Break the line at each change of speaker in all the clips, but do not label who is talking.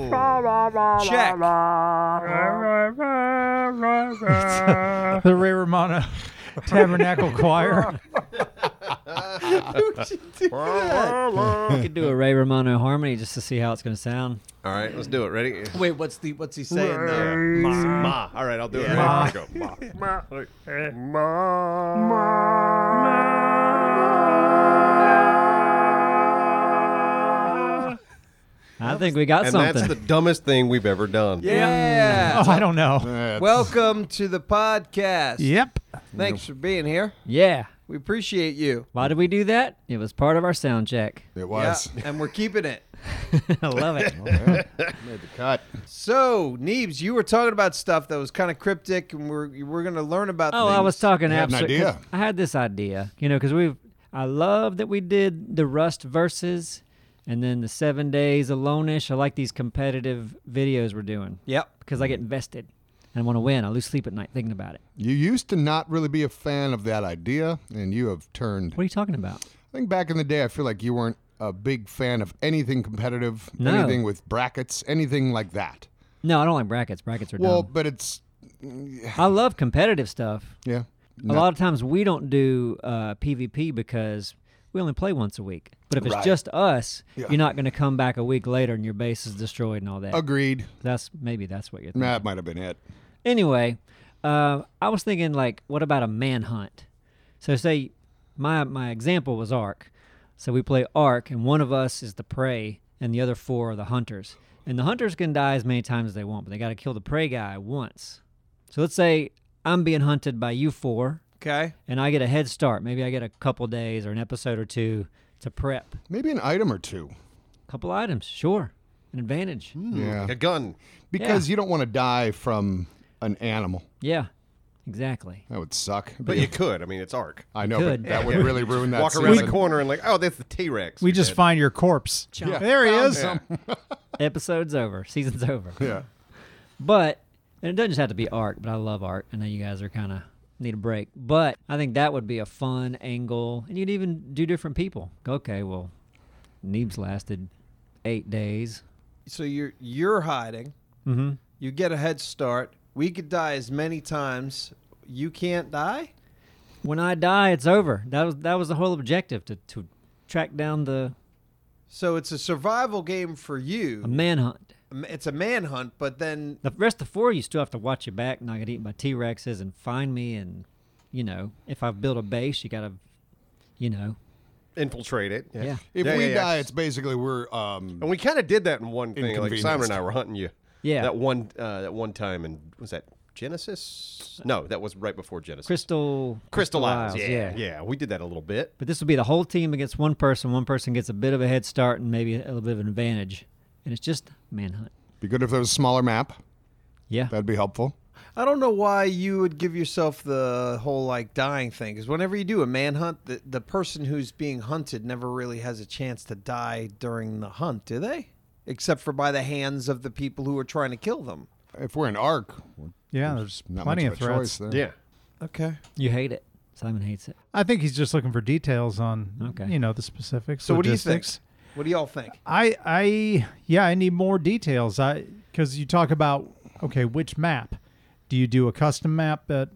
Check.
the Ray Romano Tabernacle Choir.
We could do a Ray Romano harmony just to see how it's going to sound.
All right, let's do it. Ready?
Wait, what's the what's he saying
Yeah.
there?
Ma. Ma. All right, I'll do it.
Ma.
Ready? Here we go. Ma.
I think we got
And that's
something.
the dumbest thing we've ever done.
Yeah.
Oh, I don't know.
Welcome to the podcast.
Yep.
Thanks for being here.
yeah.
We appreciate you.
Why did we do that? It was part of our sound check.
It was.
Yeah, and we're keeping it.
I love it.
Made the cut.
So, Neebs, you were talking about stuff that was kind of cryptic, and we're we're gonna learn about.
Oh, I
things.
was talking
You had an
abstract.
idea.
'cause I had this idea, you know, because we've. I love that we did the Rust verses, and then the Seven Days Alone-ish. I like these competitive videos we're doing.
Yep.
Because I get invested, and I want to win. I lose sleep at night thinking about it.
You used to not really be a fan of that idea, and you have turned.
What are you talking about?
I think back in the day, I feel like you weren't a big fan of anything competitive,
No.
anything with brackets, anything like that.
No, I don't like brackets. Brackets are
Well,
dumb.
but it's
I love competitive stuff.
yeah.
A lot of times we don't do uh, PvP because we only play once a week. But if it's
Right.
just us, you're not going to come back a week later and your base is destroyed and all that.
Agreed.
that's maybe that's what you're thinking.
That might have been it.
Anyway, uh, I was thinking like, what about a manhunt? So say my my example was Ark. So we play Ark, and one of us is the prey, and the other four are the hunters. And the hunters can die as many times as they want, but they got to kill the prey guy once. So let's say I'm being hunted by you four,
Okay.
and I get a head start. Maybe I get a couple days or an episode or two to prep.
Maybe an item or two.
couple items, sure, an advantage.
Yeah.
A gun.
Because you don't want to die from an animal.
Yeah, exactly.
That would suck.
But you could. I mean, it's arc.
I know,
could.
but that would really ruin that
Walk around the
season.
corner and like, oh, that's the T Rex.
We just find your corpse. There he is.
Episode's over. Season's over.
Yeah.
But and it doesn't just have to be art, but I love art. I know you guys are kind of need a break, but I think that would be a fun angle, and you'd even do different people. Okay, well, Neebs lasted eight days.
So you're you're hiding. Mm-hmm. You get a head start. We could die as many times. You can't die.
When I die, it's over. That was that was the whole objective to to track down the
So it's a survival game for
a
you.
manhunt.
It's a manhunt, but then
The rest of the four, you still have to watch your back, not get eaten by T Rexes, and find me. And you know, if I've built a base, you gotta, you know,
infiltrate it.
yeah.
If
Yeah,
we
yeah, yeah.
die, it's basically we're um,
And we kind of did that in one thing. Like Simon and I
Inconvenienced.
were hunting you.
Yeah.
That one. Uh, that one time, and was that Genesis? No, that was right before Genesis.
Crystal,
Crystal Isles.
Isles,
Yeah, yeah. we did that a little bit.
But this will be the whole team against one person. One person gets a bit of a head start and maybe a little bit of an advantage. And it's just manhunt.
be good if there was a smaller map.
Yeah.
That'd be helpful.
I don't know why you would give yourself the whole like dying thing because whenever you do a manhunt, the, the person who's being hunted never really has a chance to die during the hunt, do they? Except for by the hands of the people who are trying to kill them.
If we're in arc, we're
Yeah, there's
not
plenty
much
of
of, a choice
threats.
there.
Yeah.
Okay.
You hate it. Simon hates it.
I think he's just looking for details on,
Okay.
you know, the specifics.
So what do you think?
logistics.
What do y'all think?
I, I, yeah, I need more details. I, because you talk about, okay, which map? Do you do a custom map that,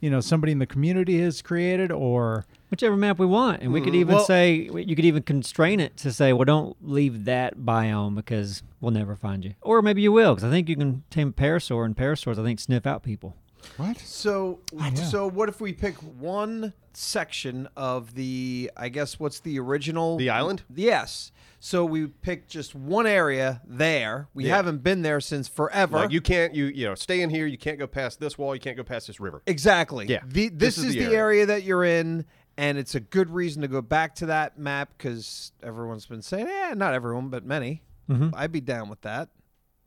you know, somebody in the community has created, or
Whichever map we want. And we
Mm,
could even
well-
say, you could even constrain it to say, well, don't leave that biome because we'll never find you. Or maybe you will because I think you can tame Parasaur and Parasaurs, I think, sniff out people.
What?
So, so what if we pick one section of the? I guess what's the original?
The island?
Yes. So we pick just one area there. We
Yeah.
haven't been there since forever.
Like you can't. You you know, stay in here. You can't go past this wall. You can't go past this river.
Exactly.
Yeah.
The, this, is, the, area. that you're in, and it's a good reason to go back to that map because everyone's been saying, "Yeah, not everyone, but many." I'd be down with that.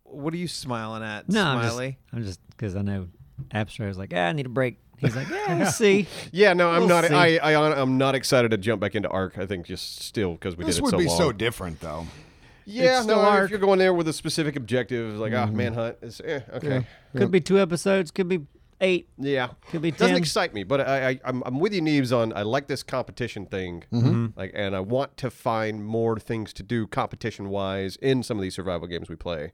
What are you smiling at,
No,
Smiley?
I'm just because I know Abstract was like, ah, I need a break. He's like, yeah, we'll see.
Yeah. No, I'm
We'll
not.
see.
I, I hon- I'm not excited to jump back into arc. I think just still because we
This
did it
would
so
be
long.
so different, though.
yeah.
It's
No,
still
if
Arc.
Mm-hmm. you're going there with a specific objective, like ah manhunt is eh, okay.
Could be two episodes, could be eight.
Yeah,
Could be
It doesn't
10.
excite me, but I, I I'm, I'm with you, Neves. On I like this competition thing,
Mm-hmm.
like, and I want to find more things to do competition wise in some of these survival games we play.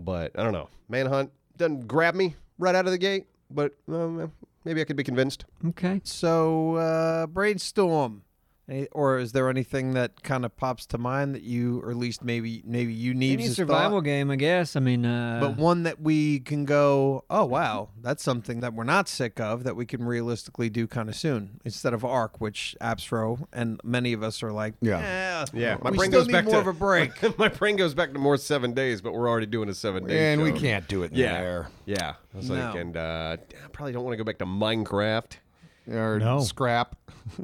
But I don't know, Manhunt doesn't grab me right out of the gate, but um, maybe I could be convinced.
Okay.
So uh, brainstorm, Any- or is there anything that kind of pops to mind that you, or at least maybe maybe you need
Any survival game, I guess. I mean, uh,
but one that we can go, oh wow, that's something that we're not sick of that we can realistically do kind of soon instead of Arc, which Absro and many of us are like,
Yeah.
"Eh,
Yeah, my
we
brain
still
goes
need
back
more
to
of a break.
my brain goes back to more seven days, but we're already doing a seven day.
And we
show.
can't do it in
Yeah.
there.
Yeah, I was like,
No.
and uh, I probably don't want to go back to Minecraft.
Or
No.
scrap.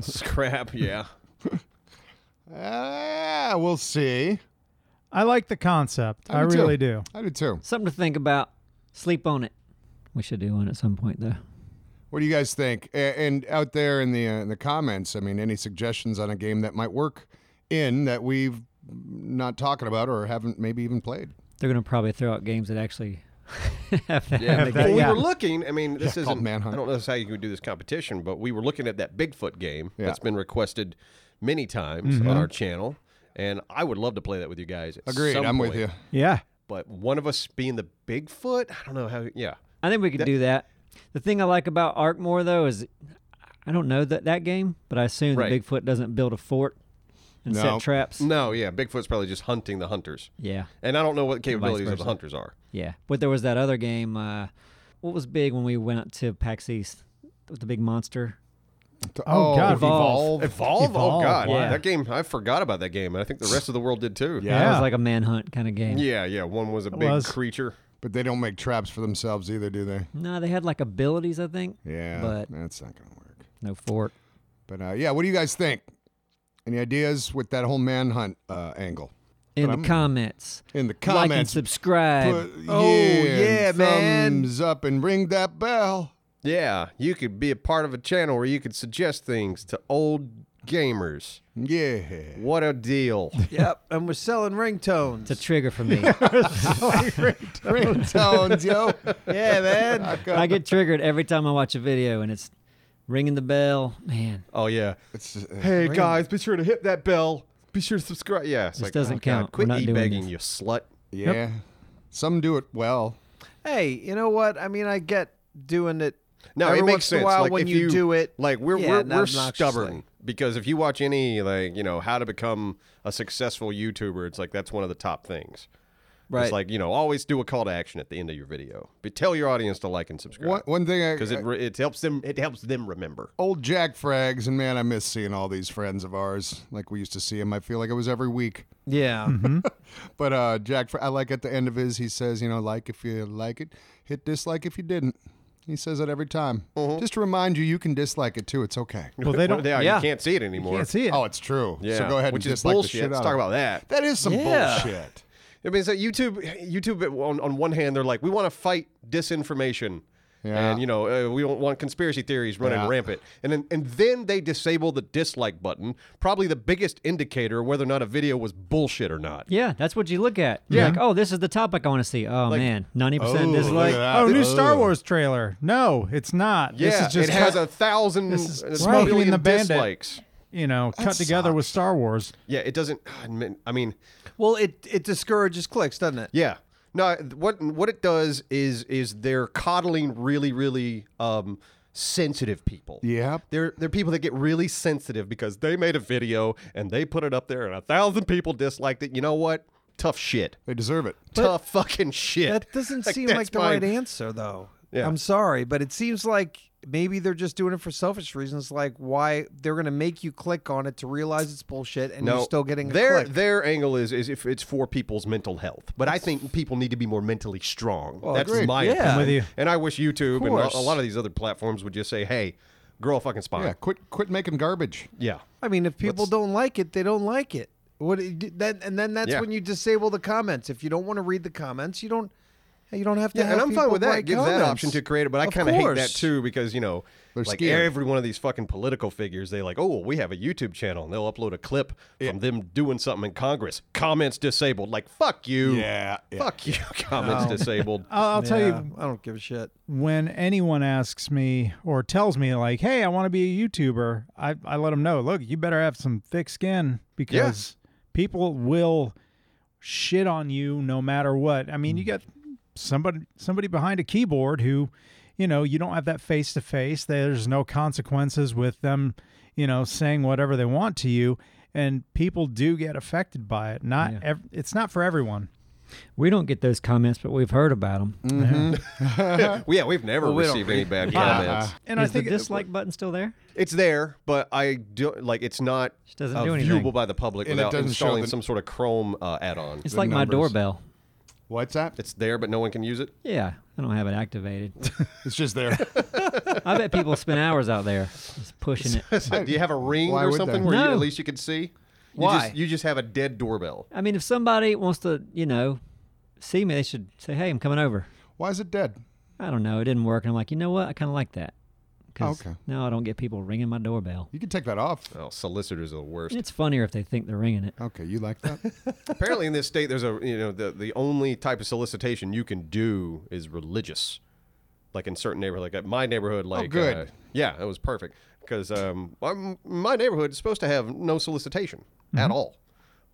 Scrap. Yeah.
Ah, we'll see.
I like the concept. I,
do too.
really do.
I do too.
something to think about. Sleep on it. We should do one at some point, though.
What do you guys think? A- And out there in the uh, in the comments, I mean, any suggestions on a game that might work in that we've not talking about or haven't maybe even played?
They're gonna probably throw out games that actually have that.
Yeah,
in the
that-
well,
game.
yeah.
we were looking. I mean, this
Yeah, called
isn't.
Manhunt.
I don't know how you can do this competition, but we were looking at that Bigfoot game
Yeah. Mm-hmm.
that's been requested many times on our channel, and I would love to play that with you guys. At
Agreed.
some
I'm with
point.
you.
Yeah.
But one of us being the Bigfoot, I don't know how. Yeah,
I think we could do that. The thing I like about Ark more though is I don't know that that game, but I assume
Right.
that Bigfoot doesn't build a fort and
No.
set traps.
no, yeah, Bigfoot's probably just hunting the hunters,
Yeah,
and I don't know what the capabilities of the
versa.
hunters are.
yeah. But there was that other game. Uh, what was big when we went to PAX East with the big monster?
Oh, God.
evolve.
Evolve? Oh
Evolve,
God,
yeah.
that game! I forgot about that game, and I think the rest of the world did too.
Yeah.
That was like a manhunt kind of game.
yeah, yeah. One was a big
was.
creature.
But they don't make traps for themselves either, do they?
No, they had like abilities, I think.
Yeah.
But-
that's not going to work.
No fort.
But uh, yeah, what do you guys think? Any ideas with that whole manhunt uh, angle?
In
But
the
I'm-
comments,
In the
like and
comments,
subscribe.
put
Oh, yeah,
and
man.
thumbs up and ring that bell.
Yeah, you could be a part of a channel where you could suggest things to old gamers.
Yeah.
What a deal.
yep, and we're selling ringtones.
it's a trigger for me.
Ringtones, yo.
yeah, man.
I get triggered every time I watch a video, and it's ringing the bell. Man,
Oh, yeah.
It's, uh,
Hey,
ring-
guys, be sure to hit that bell. Be sure to subscribe. Yeah, it's oh,
This doesn't
God,
count. We're
Quit
not doing
e-begging,
this.
you slut.
Yeah. Some do it well.
hey, you know what? I mean, I get doing it.
No,
every
it makes
once in
sense.
a while
like,
when
if
you, do it.
like we're
yeah,
we're,
not
we're
obnoxiously.
stubborn because if you watch any like you know how to become a successful YouTuber, it's like that's one of the top things.
Right.
It's like you know always do a call to action at the end of your video, but tell your audience to like and
One,
subscribe
one thing I. uh,
because it re- it helps them it helps them remember.
old Jack Frags, and man, I miss seeing all these friends of ours. Like we used to see him. I feel like it was every week.
yeah.
Mm-hmm.
But uh, Jack, Fra- I like at the end of his, he says, you know, like if you like it, hit dislike if you didn't. He says it every time. Just to remind you, you can dislike it too. It's okay.
Well, they don't.
Yeah,
yeah.
you can't see it anymore.
can't see it.
Oh, it's true.
Yeah,
So go ahead
which
and
is
dislike
bullshit.
the shit
Let's
out
talk
of it.
about that.
That is some
Yeah.
bullshit.
I mean, so YouTube, YouTube on, on one hand, they're like, we want to fight disinformation.
Yeah.
And you know uh, we don't want conspiracy theories running
Yeah.
rampant, and then and then they disable the dislike button, probably the biggest indicator of whether or not a video was bullshit or not.
yeah, that's what you look at. You're like, oh, this is the topic I want to see. Oh man, ninety
Oh,
percent
look at
dislike.
that.
Oh, new
Oh.
Star Wars trailer. No, it's not. this
Yeah,
is just
it has
cut,
a thousand
this is
uh,
Smoking
million
the Bandit.
dislikes.
you know cut together with Star Wars.
Yeah, it doesn't. I mean,
Well, it it discourages clicks, doesn't it?
Yeah. No, what what it does is is they're coddling really really um sensitive people.
Yep.
They're they're people that get really sensitive because they made a video and they put it up there and a thousand people disliked it. You know what? Tough shit.
They deserve it.
Tough fucking shit.
That doesn't seem
that's
like the
my-
right answer, though.
Yeah.
I'm sorry, but it seems like maybe they're just doing it for selfish reasons, like why they're going to make you click on it to realize it's bullshit, and
No,
you're still getting a
their
click.
their angle is is if it's for people's mental health, but I think people need to be more mentally strong.
Oh,
That's
agreed.
my
Yeah.
opinion.
I'm
with you.
And I wish YouTube and
course.
a- a lot of these other platforms would just say, "Hey, grow a fucking spine."
Yeah, quit quit making garbage.
yeah.
I mean, if people don't like it, they don't like it. What it- that and then that's
Yeah.
when you disable the comments. If you don't want to read the comments, you don't. You don't have to.
Yeah, and
have
I'm fine
people
with that.
write
Give that
comments.
option to creative, but I
Of
kind of hate that
course.
too because you know,
They're
like
scared.
every one of these fucking political figures, they like, oh, well, we have a YouTube channel and they'll upload a clip from them doing something in Congress. Comments disabled. Like fuck you.
Yeah, yeah.
Fuck you. Comments disabled.
Uh,
I'll, I'll tell
Yeah,
you
I don't give a shit.
when anyone asks me or tells me like, "Hey, I want to be a YouTuber," I I let them know, "Look, you better have some thick skin because people will shit on you no matter what." I
Mm.
mean, you got somebody somebody behind a keyboard who, you know, you don't have that face to face. There's no consequences with them, you know, saying whatever they want to you, and people do get affected by it. Not ev- it's not for everyone.
We don't get those comments, but we've heard about them.
yeah, we've never
we don't
received any bad comments.
And
Is
I think
the
uh,
dislike button still there?
It's there, but I do like it's not
Just doesn't
uh,
do anything.
viewable by the public
And it
without
doesn't show
installing
the-
some sort of Chrome uh, add-on.
It's
The
like my
numbers.
doorbell.
What's that?
It's there, but no one can use it.
Yeah, I don't have it activated.
It's just there.
I bet people spend hours out there just pushing it.
Uh, Do you have a ring
Why
or
would
something
they?
where you,
No.
at least you can see? You
Why?
just, you just have a dead doorbell.
I mean, if somebody wants to, you know, see me, they should say, "Hey, I'm coming over."
Why is it dead?
I don't know. It didn't work, and I'm like, you know what? I kind of like that.
Oh,
'Cause
Okay.
Now I don't get people ringing my doorbell.
You can take that off.
Oh, solicitors are the worst.
And it's funnier if they think they're ringing it.
Okay, you like that?
Apparently, in this state, there's a you know the the only type of solicitation you can do is religious, like in certain neighborhood, like at my neighborhood, like
good.
uh, yeah, that was perfect because um I'm- my neighborhood is supposed to have no solicitation at all,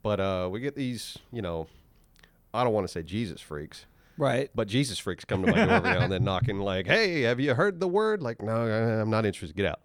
but uh we get these you know I don't want to say Jesus freaks.
Right.
But Jesus freaks come to my door every now and then, knocking like, "Hey, have you heard the word?" Like, "No, I- I'm not interested. Get out."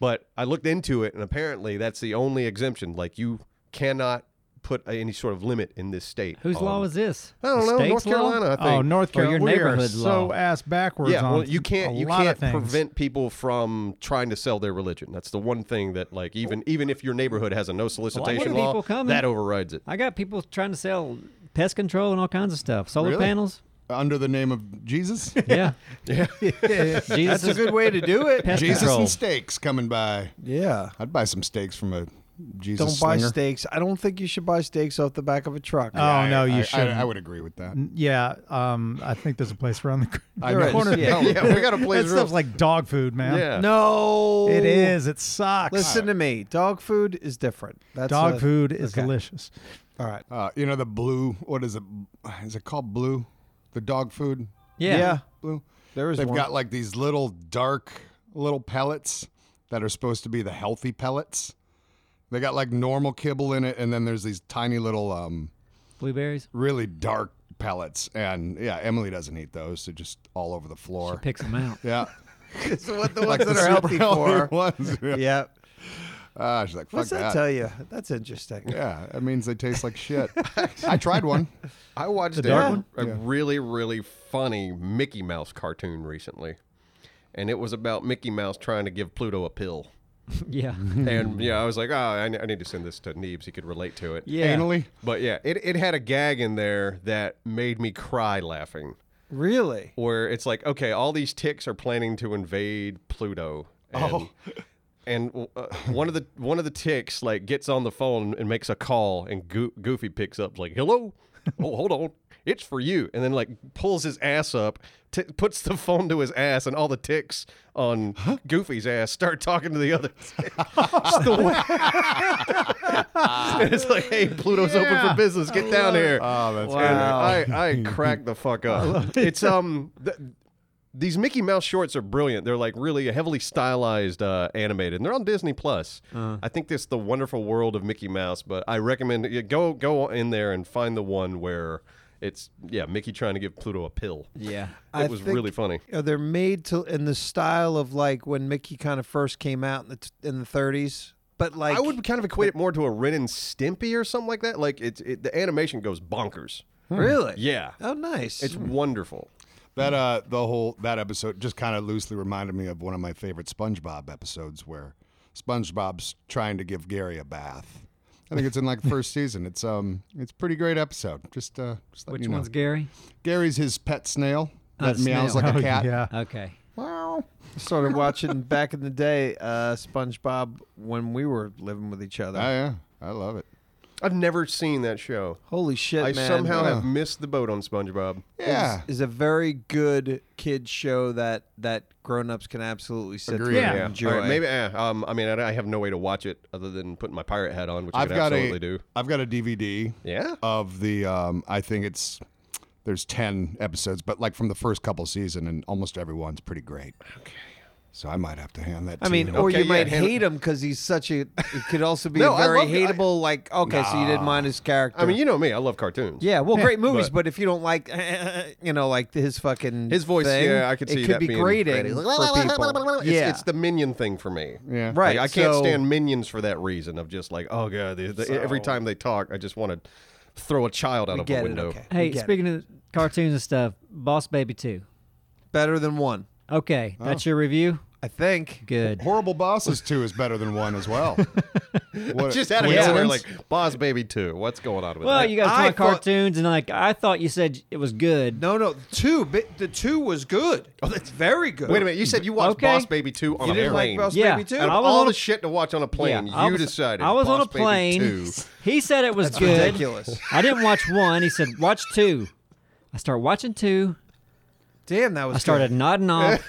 But I looked into it, and apparently that's the only exemption. Like, you cannot put any sort of limit in this state.
Whose law
on-
is this?
Oh. I don't
The
know, North
state's law?
Carolina. I think.
Oh, North
Or your
Carolina, we are
neighborhood
so
law.
ass backwards.
yeah. Well,
on
you can't
a
you
lot of
can't
things.
prevent people from trying to sell their religion. That's the one thing that like even even if your neighborhood has a no solicitation
people
law,
coming.
that overrides it.
I got people trying to sell pest control and all kinds of stuff, solar
Really?
panels.
Under the name of Jesus?
Yeah,
Yeah.
Jesus
That's a good way to do it.
pest
Jesus
control.
and steaks coming by.
Yeah.
I'd buy some steaks from a Jesus
Don't buy
slinger.
steaks. I don't think you should buy steaks off the back of a truck.
Oh no,
I-
you
I,
shouldn't.
I, would agree with that.
yeah, um, I think there's a place around the cor-
I
There
know.
is,
Corner-
yeah.
no,
yeah, we got to play
That
the
stuff's
rules.
like dog food, man.
yeah.
no.
It is. It sucks.
Listen to me. Dog food is different. That's
dog
a-
food is
okay.
delicious.
All right.
Uh, you know the blue. What is it? Is it called blue? The dog food
Yeah.
blue.
There is
They've
one.
got like these little dark little pellets that are supposed to be the healthy pellets. They got like normal kibble in it, and then there's these tiny little, um,
blueberries.
really dark pellets. And yeah, Emily doesn't eat those; they're just all over the floor.
Picks them out.
yeah,
So what the
like
ones
the
that are
super
healthy for.
healthy ones. Yeah.
Yeah.
Ah, she's like, fuck
What's that tell you? That's interesting.
Yeah, that means they taste like shit. I tried one.
I watched a,
dark one?
a really, really funny Mickey Mouse cartoon recently. And it was about Mickey Mouse trying to give Pluto a pill.
yeah.
And yeah, I was like, oh, I, ne- I need to send this to Neebs. He could relate to it.
Yeah.
Anally,
But yeah, it, it had a gag in there that made me cry laughing.
Really?
Where it's like, okay, all these ticks are planning to invade Pluto. And, And uh, one of the one of the ticks like gets on the phone and makes a call, and Goo- Goofy picks up like, "Hello, oh hold on, it's for you," and then like pulls his ass up, t- puts the phone to his ass, and all the ticks on Goofy's ass start talking to the other. tick. Just the way- and it's like, "Hey, Pluto's open for business. Get down here."
oh, that's
And I, I cracked the fuck up. It's um, th- these Mickey Mouse shorts are brilliant. They're like really heavily stylized, uh, animated, and they're on Disney Plus. I think this the Wonderful World of Mickey Mouse, but I recommend you go go in there and find the one where it's yeah Mickey trying to give Pluto a pill. It
Yeah.
I
was
think-
really funny.
you know, they're made to in the style of like when Mickey kind of first came out in the t- in the 30s. But like
I would kind of equate it more to a Ren and Stimpy or something like that. Like it's it, the animation goes bonkers.
Hmm.
really,
Yeah,
Oh, nice.
it's wonderful.
That uh, the whole that episode just kind of loosely reminded me of one of my favorite SpongeBob episodes, where SpongeBob's trying to give Gary a bath. I think it's in like the first season. It's um, it's a pretty great episode. Just uh, just let
Which
you know.
one's Gary?
Gary's his pet snail
Oh,
that
the
meows
snail.
like
Oh,
a cat.
Yeah.
Okay.
Meow.
started watching back in the day uh SpongeBob when we were living with each other.
Oh yeah, I love it.
I've never seen that show.
Holy shit,
I
man.
somehow
Yeah.
have missed the boat on SpongeBob.
Yeah.
is a very good kid show that that grown-ups can absolutely sit
Agreed.
through
Yeah.
and
Yeah.
enjoy.
All right, maybe. eh, um, I mean, I, I have no way to watch it other than putting my pirate hat on, which I
I've
could
got
absolutely
a
do.
have got a DVD
Yeah.
of the um I think it's there's 10 episodes but like from the first couple season and almost everyone's pretty great. Okay. So I might have to hand that
I
to
mean,
you.
or
Okay,
you
yeah,
might
hand-
hate him because he's such a. It could also be
No,
a
I
very
love it. I-
hateable. like, okay, so you didn't mind his character.
I mean, you know me. I love cartoons.
yeah, well, great movies,
but-
but, if you don't like, you know, like his fucking
His voice,
thing,
yeah, I could see
it could
that
be
being
grating
grating.
for people.
It's,
yeah,
it's the minion thing for me.
yeah.
right.
Like, I can't
so-
stand minions for that reason of just like, oh god, they, they- every time they talk, I just want to throw a child out of
get
a
it,
window.
okay.
Hey,
Get it.
speaking of cartoons and stuff, Boss Baby 2.
better than one,
Okay, that's your review?
I think.
Good.
Horrible Bosses 2 is better than 1 as well. What-
Just out of
coincidence?
nowhere, like Boss Baby Two. What's going on with
Well,
that?
you guys
I
talk
thought-
cartoons, and like I thought you said it was good.
No, no, two. But the two was good. Oh, that's very good.
Wait a minute, Oh, you said you watched
Okay.
Boss Baby Two on
You
a
didn't like
plane.
Boss
Yeah.
Baby Two?
Out
I
of
was
all
on
the
a-
shit to watch on a plane,
I
you
was-
decided.
I was on a
Boss Baby
plane.
2.
He said it was
That's
good.
ridiculous.
I didn't watch one. He said watch two. I start watching two.
Damn, that was.
I started
Good.
nodding off.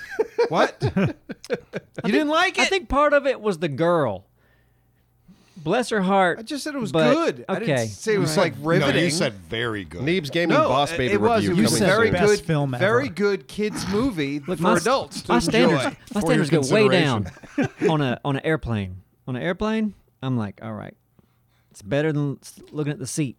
What? you didn't like it?
I think part of it was the girl. Bless her heart.
I just said it was
but-
good. I didn't
Okay.
say it was like
no,
riveting.
you said very good.
Neeb's Gaming
No,
Boss
it-
Baby
it was.
review.
It was
coming
a very
soon.
Best
good
film ever.
very good kids movie
Look,
for
my,
adulds. To
My
enjoy.
standards, my
For your
standards go way down on a on an airplane. On an airplane, I'm like, all right, it's better than s- looking at the seat.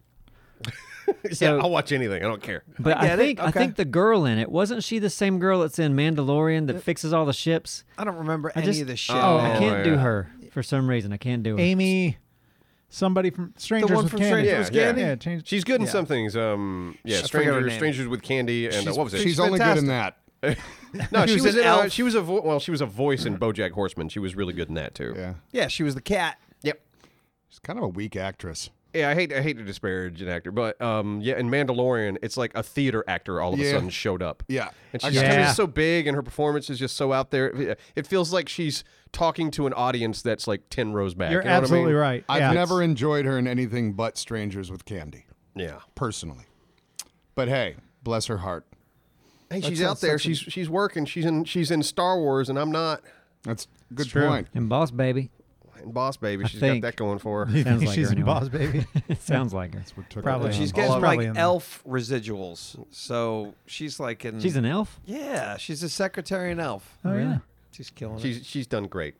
So-
yeah, I'll watch anything. I don't care.
But I,
get it.
think I
Okay.
think the girl in it wasn't she the same girl that's in Mandalorian that fixes all the ships.
I don't remember any
just-
of this shit.
Oh,
man.
I can't do
yeah.
her for some reason. I can't do her.
Amy, somebody from Strangers
one
with
from
Candy.
Strangers
Yeah, with yeah. Candy?
Yeah, change-
She's good in some things. Um, yeah,
I forget her
Strangers,
name.
Strangers with Candy, and uh,
She's,
what was it?
she's only good in that.
no, she
she was
was,
an
in, uh,
elf.
she was a vo- well, she was a voice in BoJack Horseman. She was really good in that too.
Yeah.
Yeah, she was the cat.
Yep.
She's kind of a weak actress.
Yeah, I hate I hate to disparage an actor, but um, yeah, in Mandalorian, it's like a theater actor all of a
Yeah.
sudden showed up.
Yeah.
and
I
she's
got
kind
Yeah.
of so big, and her performance is just so out there. It feels like she's talking to an audience that's like ten rows back.
You're
you know what I
absolutely
mean?
right.
I've
yeah.
never enjoyed her in anything but Strangers with Candy,
Yeah.
personally. But hey, bless her heart.
Hey,
That
she's
sounds
out there.
such a-
She's she's working. She's in she's in Star Wars, and I'm not.
That's a good
true.
point.
and Boss Baby
And Boss Baby, she's
think-
got that going for her.
You think
Sounds like
she's
her
in
anyway.
Boss Baby.
It sounds like her.
What took her
Oh,
Probably.
down.
She's
Well,
getting
probably
like
in the-
elf residuals. So she's like in.
She's an elf.
Yeah, she's a secretary in elf.
oh yeah.
She's killing it.
She's she's done great.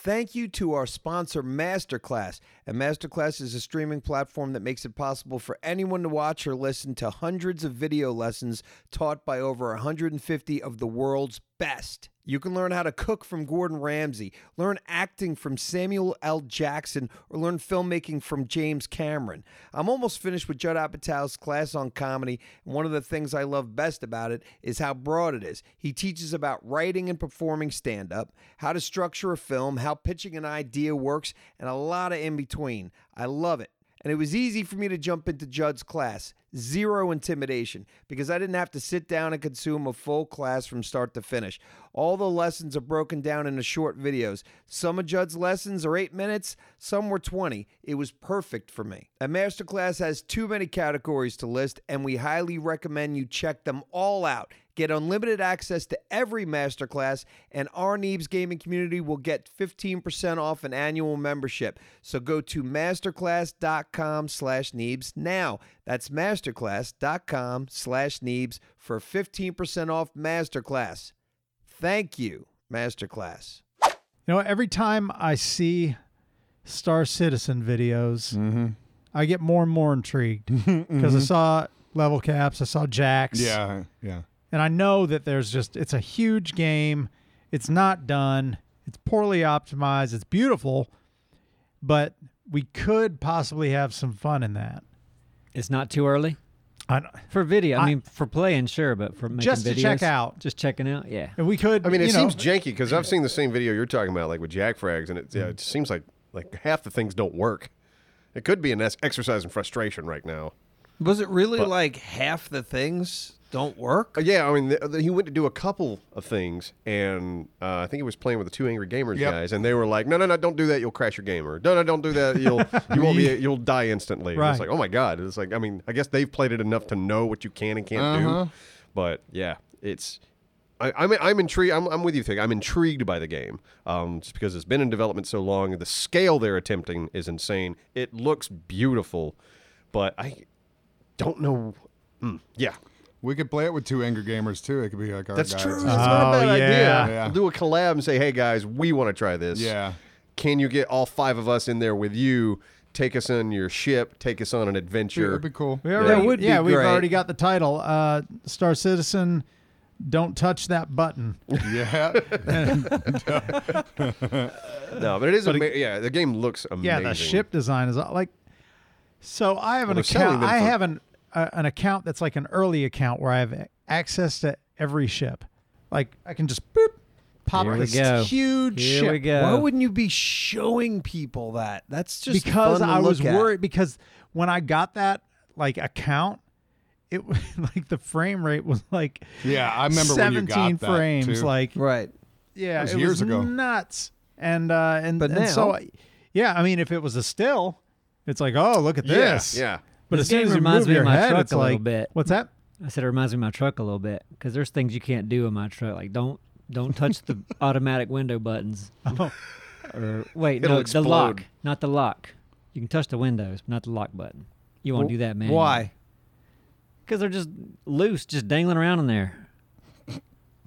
Thank you to our sponsor, Masterclass. And Masterclass is a streaming platform that makes it possible for anyone to watch or listen to hundreds of video lessons taught by over 150 of the world's best. You can learn how to cook from Gordon Ramsay, learn acting from Samuel L. Jackson, or learn filmmaking from James Cameron. I'm almost finished with Judd Apatow's class on comedy, and one of the things I love best about it is how broad it is. He teaches about writing and performing stand up, how to structure a film, how pitching an idea works, and a lot of in between. I love it. And it was easy for me to jump into Judd's class. Zero intimidation because I didn't have to sit down and consume a full class from start to finish. All the lessons are broken down into short videos. Some of Judd's lessons are eight minutes, some were 20. It was perfect for me. A masterclass has too many categories to list, and we highly recommend you check them all out. Get unlimited access to every masterclass, and our Neebs gaming community will get 15% off an annual membership. So go to masterclass.com slash Neebs now. That's masterclass.com slash Neebs for 15% off masterclass. Thank you, masterclass.
You know, every time I see Star Citizen videos, I get more and more intrigued because I saw level caps, I saw jacks,
Yeah. Yeah.
and I know that there's just it's a huge game. It's not done. It's poorly optimized. It's beautiful, but we could possibly have some fun in that.
It's not too early
I don't-
for video. I,
I-
mean, for playing, sure, but for making
Just to
videos,
check out.
just checking out. Yeah,
and we could.
I mean, it
you know,
seems janky because I've seen the same video you're talking about, like with Jack Frags, and it, yeah, it seems like like half the things don't work. It could be an ex- exercise in frustration right now.
Was it really like half the things? don't work.
Uh, Yeah, I mean, th th he went to do a couple of things, and uh, I think he was playing with the two angry gamers
Yep.
guys, and they were like, "No, no, no, don't do that. You'll crash your gamer. No, no, don't do that. You'll you won't be. You'll die instantly." And It's like,
Right.
oh my god. It's like, I mean, I guess they've played it enough to know what you can and can't do, but yeah, it's. I, I'm I'm intrigued. I'm, I'm with you, Thig. I'm intrigued by the game, um, just because it's been in development so long. The scale they're attempting is insane. It looks beautiful, but I don't know. Mm, yeah,
We could play it with two angry gamers too. It could be like our
that's
guys.
true. It's not a
Oh,
bad
yeah.
idea.
Yeah.
We'll do a collab and say, hey guys, we want to try this.
Yeah.
Can you get all five of us in there with you? Take us on your ship. Take us on an adventure.
It'd be cool.
We already,
would be
yeah, we've
great.
already got the title. Uh, Star Citizen, don't touch that button.
Yeah.
No, but it is. Ama- yeah, the game looks amazing.
Yeah, the ship design is all- like. So I have an
they're selling
account.
them
I
for-
have an uh, an account that's like an early account where I have a- access to every ship. Like I can just boop, pop
Here we
this
go.
huge
Here
ship.
we go.
Why wouldn't you be showing people that? That's just
because
fun to
I was
look at.
worried because when I got that like account, it was like the frame rate was like
Yeah, I remember when you
seventeen
got that,
frames.
too.
Like
Right.
yeah,
That was
it
years
was
ago.
Nuts. And uh, and
But
and so
now-
I- yeah, I mean if it was a still, it's like oh look at
Yeah,
this.
Yeah.
But
This
as soon
game
as you
reminds
move
me of
your
my
head,
truck
it's
a little
like
bit.
what's that?
I said it reminds me of my truck a little bit because there's things you can't do in my truck. Like don't don't touch the automatic window buttons. or wait,
It'll
no, the lock,
explode.
not the lock. You can touch the windows, but not the lock button. You won't do that, man.
Why?
Because they're just loose, just dangling around in there.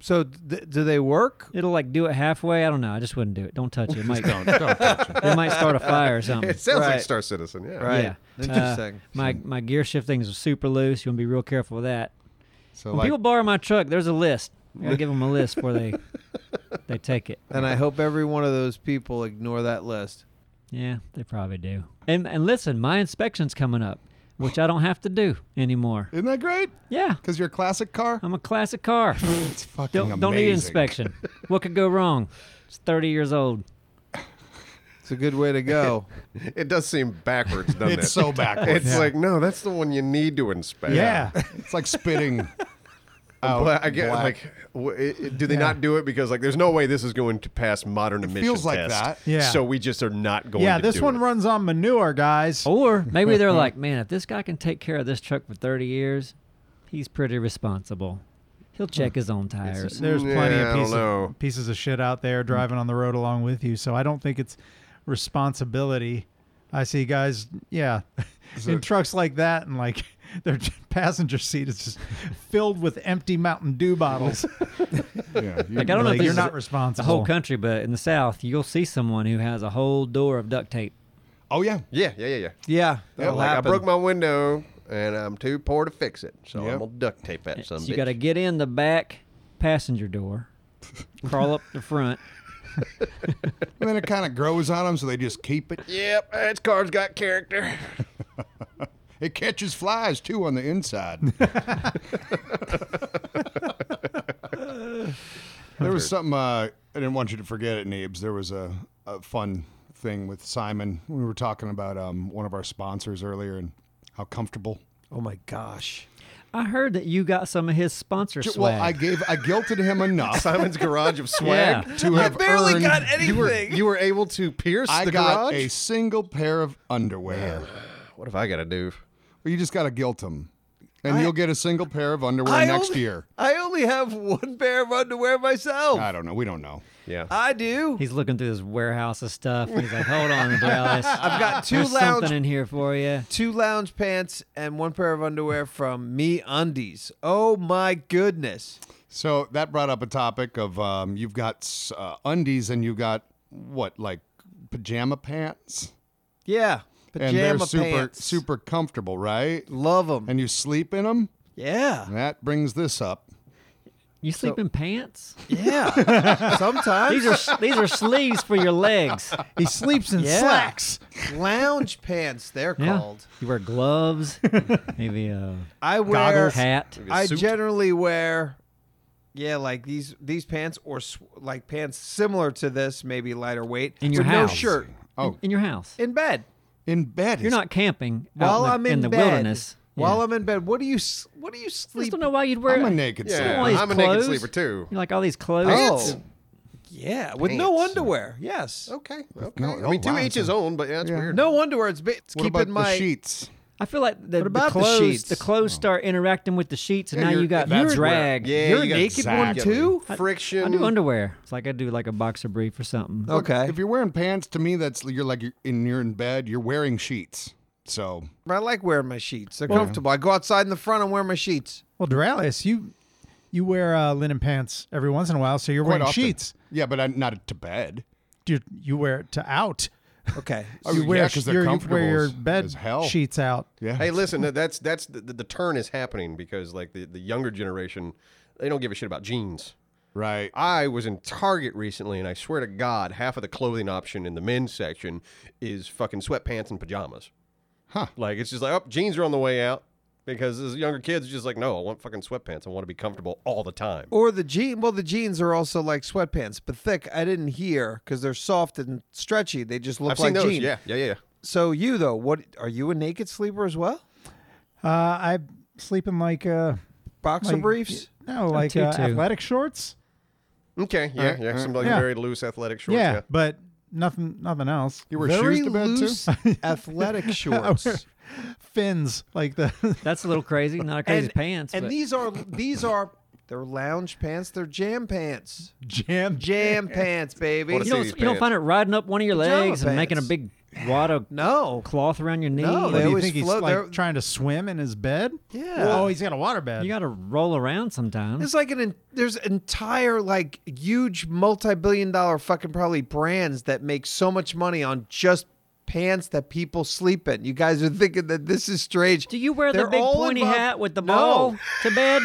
So th- do they work?
It'll like do it halfway. I don't know. I just wouldn't do it. Don't touch it. It might, it might start a fire or something.
It sounds like
Right.
Star Citizen. Yeah.
Right.
Yeah. Uh,
Interesting.
My my gear shift things are super loose. You want to be real careful with that.
so
When
like,
people borrow my truck, there's a list. I gotta give them a list before they they take it.
and I hope every one of those people ignore that list.
Yeah, they probably do. And and listen, my inspection's coming up, which I don't have to do anymore.
isn't that great?
Yeah,
Because you're a classic car.
I'm a classic car.
It's fucking
don't
amazing.
don't need inspection. What could go wrong? It's 30 years old.
It's a good way to go.
It does seem backwards, doesn't
It's
it?
so backwards.
It's like no, that's the one you need to inspect. Uh,
Yeah.
it's like spitting. out
But I get
Oh, black.
like, w- i- i- do they not do it because like there's no way this is going to pass modern emission
feels like
test,
that.
Yeah.
So we just are not going.
yeah,
to
this
do
one
it. Oh.
runs on manure, guys.
Or maybe they're like, man, if this guy can take care of this truck for 30 years, he's pretty responsible. He'll check his own tires.
There's
Yeah,
plenty
I
of
don't
pieces,
know.
pieces of shit out there driving on the road along with you, so I don't think it's responsibility. I see guys, yeah, in trucks like that, and like their passenger seat is just filled with empty Mountain Dew bottles.
Yeah, you-
Like, I don't know if
like,
this
you're
is
not
the
responsible.
whole country, but in the South, you'll see someone who has a whole door of duct tape.
oh yeah.
Yeah, yeah, yeah, yeah.
yeah. That'll
like
happen.
I broke my window and I'm too poor to fix it, so I'm
Yep.
gonna duct tape that. Some
So you got to get in the back passenger door, crawl up the front.
And then it kind of grows on them, so they just keep it.
Yep, that car's got character.
It catches flies too on the inside. there was something uh, I didn't want you to forget it, Neebs. There was a, a fun thing with Simon. We were talking about um, one of our sponsors earlier and how comfortable.
oh my gosh.
I heard that you got some of his sponsor
Ju-
swag.
Well, I gave I guilted him enough
Simon's garage of swag.
Yeah.
to have
barely
earned.
got anything.
You were you were able to pierce
I
the
got
garage.
a single pair of underwear.
What have I got to do?
Well, you just got to guilt him, and you'll get a single pair of underwear
I
next
only-
year.
I only have one pair of underwear myself.
I don't know. We don't know.
Yeah.
I do.
He's looking through this warehouse of stuff. He's like, "Hold on, Dallas. I've
got two
There's
lounge-
something in here for you."
Two lounge pants and one pair of underwear from Me Undies. Oh my goodness.
So that brought up a topic of um, you've got uh, undies and you've got what like pajama pants,
Yeah. Pajama
and they're super
pants.
super comfortable, right?
Love them.
And you sleep in them.
yeah.
That brings this up.
You sleep in pants?
Yeah. Sometimes
These are these are sleeves for your legs.
He sleeps in
Yeah.
slacks.
lounge pants they're
Yeah.
called.
You wear gloves, maybe a
I wear
hat.
I
suit.
generally wear yeah, like these these pants or sw- like pants similar to this, maybe lighter weight.
In your
with
house.
no shirt
Oh,
in your house.
in bed.
in bed.
You're
is-
not camping out
While
in the,
I'm in
the
bed.
wilderness.
While I'm in bed, what do you s- what do you
I just
sleep?
don't know why you'd wear.
I'm a naked
Yeah,
sleeper.
Always
I'm a naked
clothes.
sleeper too.
You know, like all these clothes.
Oh, yeah, with no
Pants.
underwear. Yes,
Okay. Okay.
No,
I
oh,
mean, two
wow,
each his
so-
own, but yeah, that's
Yeah.
weird.
no underwear. It's, ba- it's
What
keeping
about
my
the sheets?
I feel like the, the
about the
clothes, the,
sheets?
clothes start interacting with the sheets, and
Yeah,
now
you're-
you got
that's where-
drag.
Yeah,
You're
you got
naked one
exactly.
too?
Friction.
I do underwear. It's like I do like a boxer brief or something.
okay.
If you're wearing pants, to me, that's you're like you're in you're in bed. You're wearing sheets. So
I like wearing my sheets. They're comfortable. I go outside in the front and wear my sheets.
Well, Duralis, you you wear uh, linen pants every once in a while, so you're
quite
wearing
often-
sheets.
Yeah, but I'm not to bed.
You you wear it to out.
Okay.
Oh,
You
yeah,
wear
'cause they're
your, you
comfortable
wear your
as-
bed
as hell.
sheets out.
Yeah.
Hey, listen, that- that's that's the, the, the turn is happening because like the, the younger generation, they don't give a shit about jeans.
Right.
I was in Target recently, and I swear to God, half of the clothing option in the men's section is fucking sweatpants and pajamas.
Huh.
Like it's just like, oh, jeans are on the way out because these younger kids are just like, no, I want fucking sweatpants. I want to be comfortable all the time.
Or the jean. Well, the jeans are also like sweatpants, but thick. I didn't hear because they're soft and stretchy. They just look
I've
like
seen those.
jeans.
Yeah, yeah, yeah. yeah.
So you though, what are you a naked sleeper as well?
Uh, I sleep in like uh,
Boxer
like,
briefs.
No, like uh,
tutu.
athletic shorts.
Okay, yeah, yeah. Some like
yeah.
very loose athletic shorts.
yeah,
Yeah.
but nothing nothing else.
You wear
Very
shoes to bed
loose
too.
athletic
I wear
shorts.
fins like the
That's a little crazy. Not a crazy pants.
And
but
these are these are they're lounge pants. They're jam pants.
jam.
Jam pants, baby.
What
you
see
don't
these
you don't
pants.
find it riding up one of your
Pajama
legs and making a
pants.
big wad of
No.
cloth around your knee.
No,
What,
they
do you
always
think he's
float-
like
they're-
trying to swim in his bed?
Yeah.
Oh, he's got a water bed.
you got to roll around
Mm-hmm.
sometimes.
It's like an en- there's entire like huge multi-billion dollar fucking probably brands that make so much money on just pants that people sleep in. You guys are thinking that this is strange.
Do you wear
They're
the big
all
pointy
involved-
hat with the
No.
ball to bed?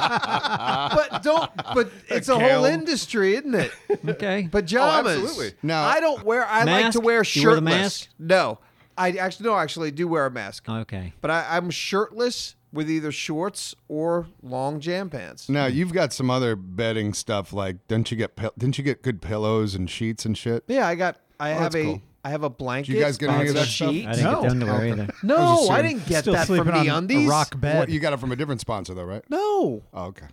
But don't but it's a whole industry, isn't it?
okay.
Pajamas.
absolutely.
Oh, Now-
I don't wear I like
Mask?
to wear shirtless.
You wear the mask?
No. I actually no, I actually do wear a mask.
okay.
But I, I'm shirtless with either shorts or long jam pants.
Now you've got some other bedding stuff. Like, didn't you get pill- didn't you get good pillows and sheets and shit?
Yeah, I got I have
Oh, that's
a I
cool.
have a blanket.
guys get any
it's
of
a
that stuff?
sheet.
I didn't
No.
get the underwear either.
No,
just
Oh, I
saying.
didn't get
Still
that from
sleeping on
the undies.
a rock bed.
What, you got it from a different sponsor though, right?
No.
Oh, okay.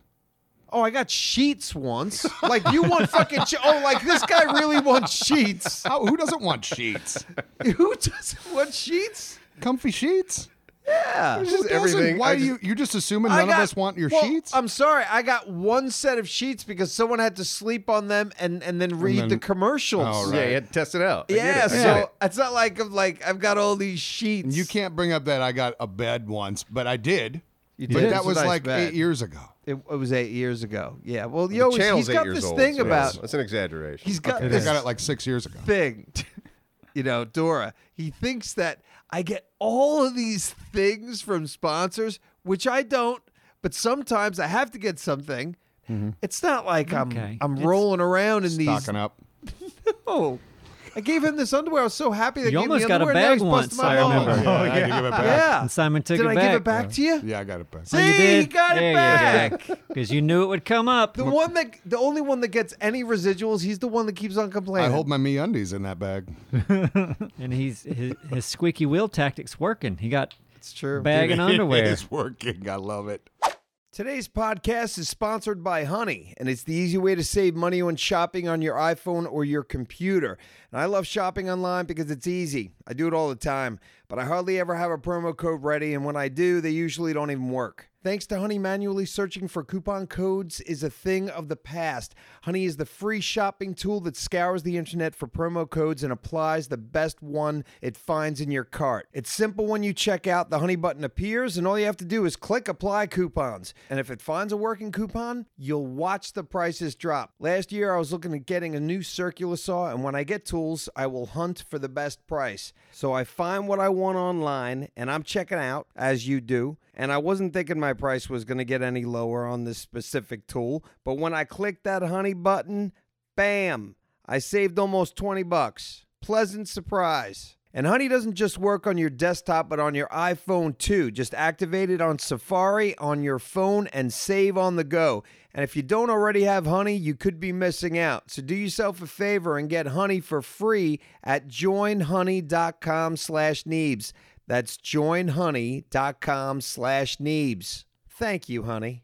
Oh, I got sheets once. Like you want fucking. She- oh, like this guy really wants sheets.
How, who doesn't want sheets?
Who doesn't want sheets?
Comfy sheets.
Yeah.
Who doesn't?
everything.
Why
I
do you?
just-
You're just assuming
I
none
got-
of us want your
well,
sheets.
I'm sorry. I got one set of sheets because someone had to sleep on them and and then read the
then-
commercials.
Oh,
Yeah,
right.
you had to test it out. I get
Yeah,
it, I get it.
so it's not like I'm like I've got all these sheets.
you can't bring up that I got a bed once, but I did.
You
but
did.
that
It's a
was
nice
like
bed.
eight years ago.
It, it was eight years ago. Yeah. Well,
The
yo, he's
channel's eight
got
years
this
old,
thing
so
about.
that's an exaggeration.
He's got
I
this
got it like six years ago.
thing, you know, Dora. He thinks that I get all of these things from sponsors, which I don't, but sometimes I have to get something. It's not like
Okay.
I'm I'm
It's-
rolling around in these.
Stocking up.
Oh, I gave him this underwear. I was so happy that
You
I gave him
almost
the
got a
underwear. Now
bag
he's busting
once,
my
I
balls.
remember.
Oh, Yeah, I had to give it back.
Yeah.
And Simon took
Did
it
I give
back.
it back to you?
Yeah, I got it back.
See, he got it
There you
back.
go. Because you knew it would come up.
The one that, the only one that gets any residuals, he's the one that keeps on complaining.
I hold my me undies in that bag.
And he's his, his squeaky wheel tactics working. He got
it's true.
bag and underwear.
It's working. I love it.
Today's podcast is sponsored by Honey, and it's the easy way to save money when shopping on your iPhone or your computer. And I love shopping online because it's easy. I do it all the time, but I hardly ever have a promo code ready, and when I do, they usually don't even work. Thanks to Honey, manually searching for coupon codes is a thing of the past. Honey is the free shopping tool that scours the internet for promo codes and applies the best one it finds in your cart. It's simple when you check out, the Honey button appears, and all you have to do is click apply coupons. And if it finds a working coupon, you'll watch the prices drop. Last year, I was looking at getting a new circular saw, and when I get tools, I will hunt for the best price. So I find what I want online, and I'm checking out, as you do and I wasn't thinking my price was going to get any lower on this specific tool, but when I clicked that honey button, bam, I saved almost 20 bucks. Pleasant surprise. And Honey doesn't just work on your desktop, but on your iPhone too. Just activate it on Safari on your phone and save on the go. And if you don't already have Honey, you could be missing out. So do yourself a favor and get Honey for free at joinhoney.com slash Neebs. That's joinhoney.com slash Neebs. Thank you, honey.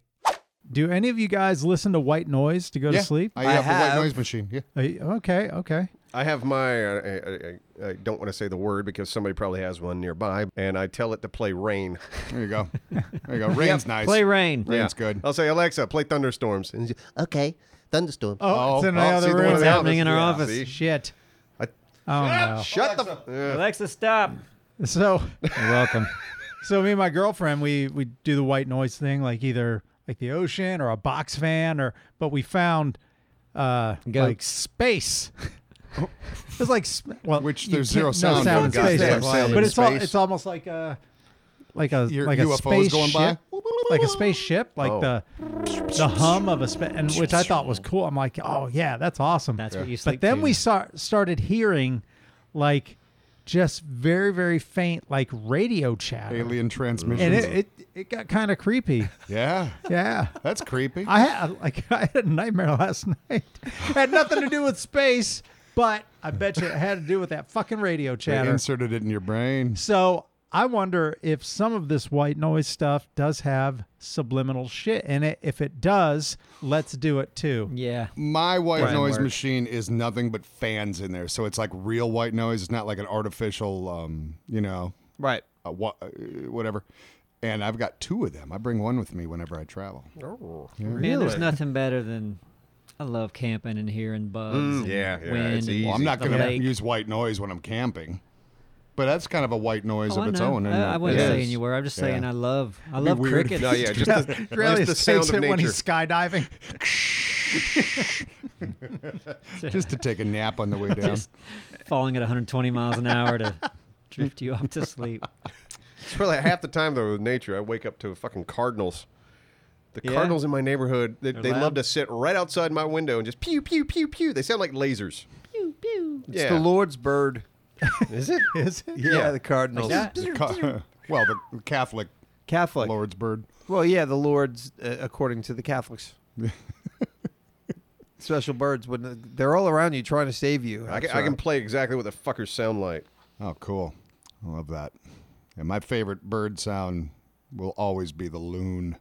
Do any of you guys listen to white noise to go
yeah,
to sleep?
I
I
have, a
have.
white noise machine. Yeah.
Uh, okay, okay.
I have my, uh, I, I, I, I don't want to say the word because somebody probably has one nearby, and I tell it to play rain.
There you go. There you go. Rain's nice.
Play rain.
Rain's good.
I'll say, Alexa, play thunderstorms. And she- okay, thunderstorms.
Oh, it's in
oh,
my
see
other
the one
room.
in the
happening in our
Yeah,
office.
see?
Shit.
I-
oh no.
Shut the.
Alexa, stop.
So,
You're welcome.
so me and my girlfriend, we we do the white noise thing, like either like the ocean or a box fan, or but we found uh like
Goats.
space. it's like sp- well,
Which
you
there's
can't-
zero sound
no
in
sound in
goddamn
space,
sound in
but it's all
space.
it's almost like a like a
Your
like a
UFOs
space
going by?
ship, like a spaceship, like
Oh.
the the hum of a space, and which I thought was cool. I'm like, oh yeah, that's awesome.
That's what you
But
sleep
then
to.
we saw, started hearing like just very very faint like radio chatter
Alien transmissions.
and it, it it got kind of creepy
yeah.
yeah
That's creepy.
i had like i had a nightmare last night had nothing to do with space but i bet you it had to do with that fucking radio
They
chatter
inserted it in your brain.
so i wonder if some of this white noise stuff does have subliminal shit in it if it does let's do it too
Yeah.
My white
Brain
noise
work.
machine is nothing but fans in there, so it's like real white noise. It's not like an artificial, um, you know,
Right.
uh, wha- uh, whatever. And I've got two of them. I bring one with me whenever I travel.
Man, there's nothing better than I love camping and hearing bugs. and
yeah, yeah,
wind
it's
and
easy.
Well, I'm not
the
going to
lake.
use white noise when I'm camping, but that's kind of a white noise
Oh,
of
I
its
know.
own. isn't it?
I, I wasn't
It
saying
is.
you were. I'm just
Yeah.
saying I love I love
weird.
crickets.
No, Oh, yeah, just the,
It
just
really
the
escapes
sound of
it when
nature.
he's skydiving
Just to take a nap on the way down.
Just falling at 120 miles an hour to drift you off to sleep.
It's really half the time though with nature. I wake up to fucking cardinals. The
Yeah.
cardinals in my neighborhood, they, they love
loud.
to sit right outside my window and just pew pew pew pew. They sound like lasers.
It's
Yeah.
the Lord's bird.
Is it?
is it
Yeah,
Yeah.
the Cardinals.
The ca- well, the Catholic
Catholic.
Lord's bird.
Well, yeah, the Lord's, uh, according to the Catholics. Special birds, wouldn't they're all around you trying to save you.
I can, I can play exactly what the fuckers sound like.
Oh, cool. I love that. And my favorite bird sound will always be the loon,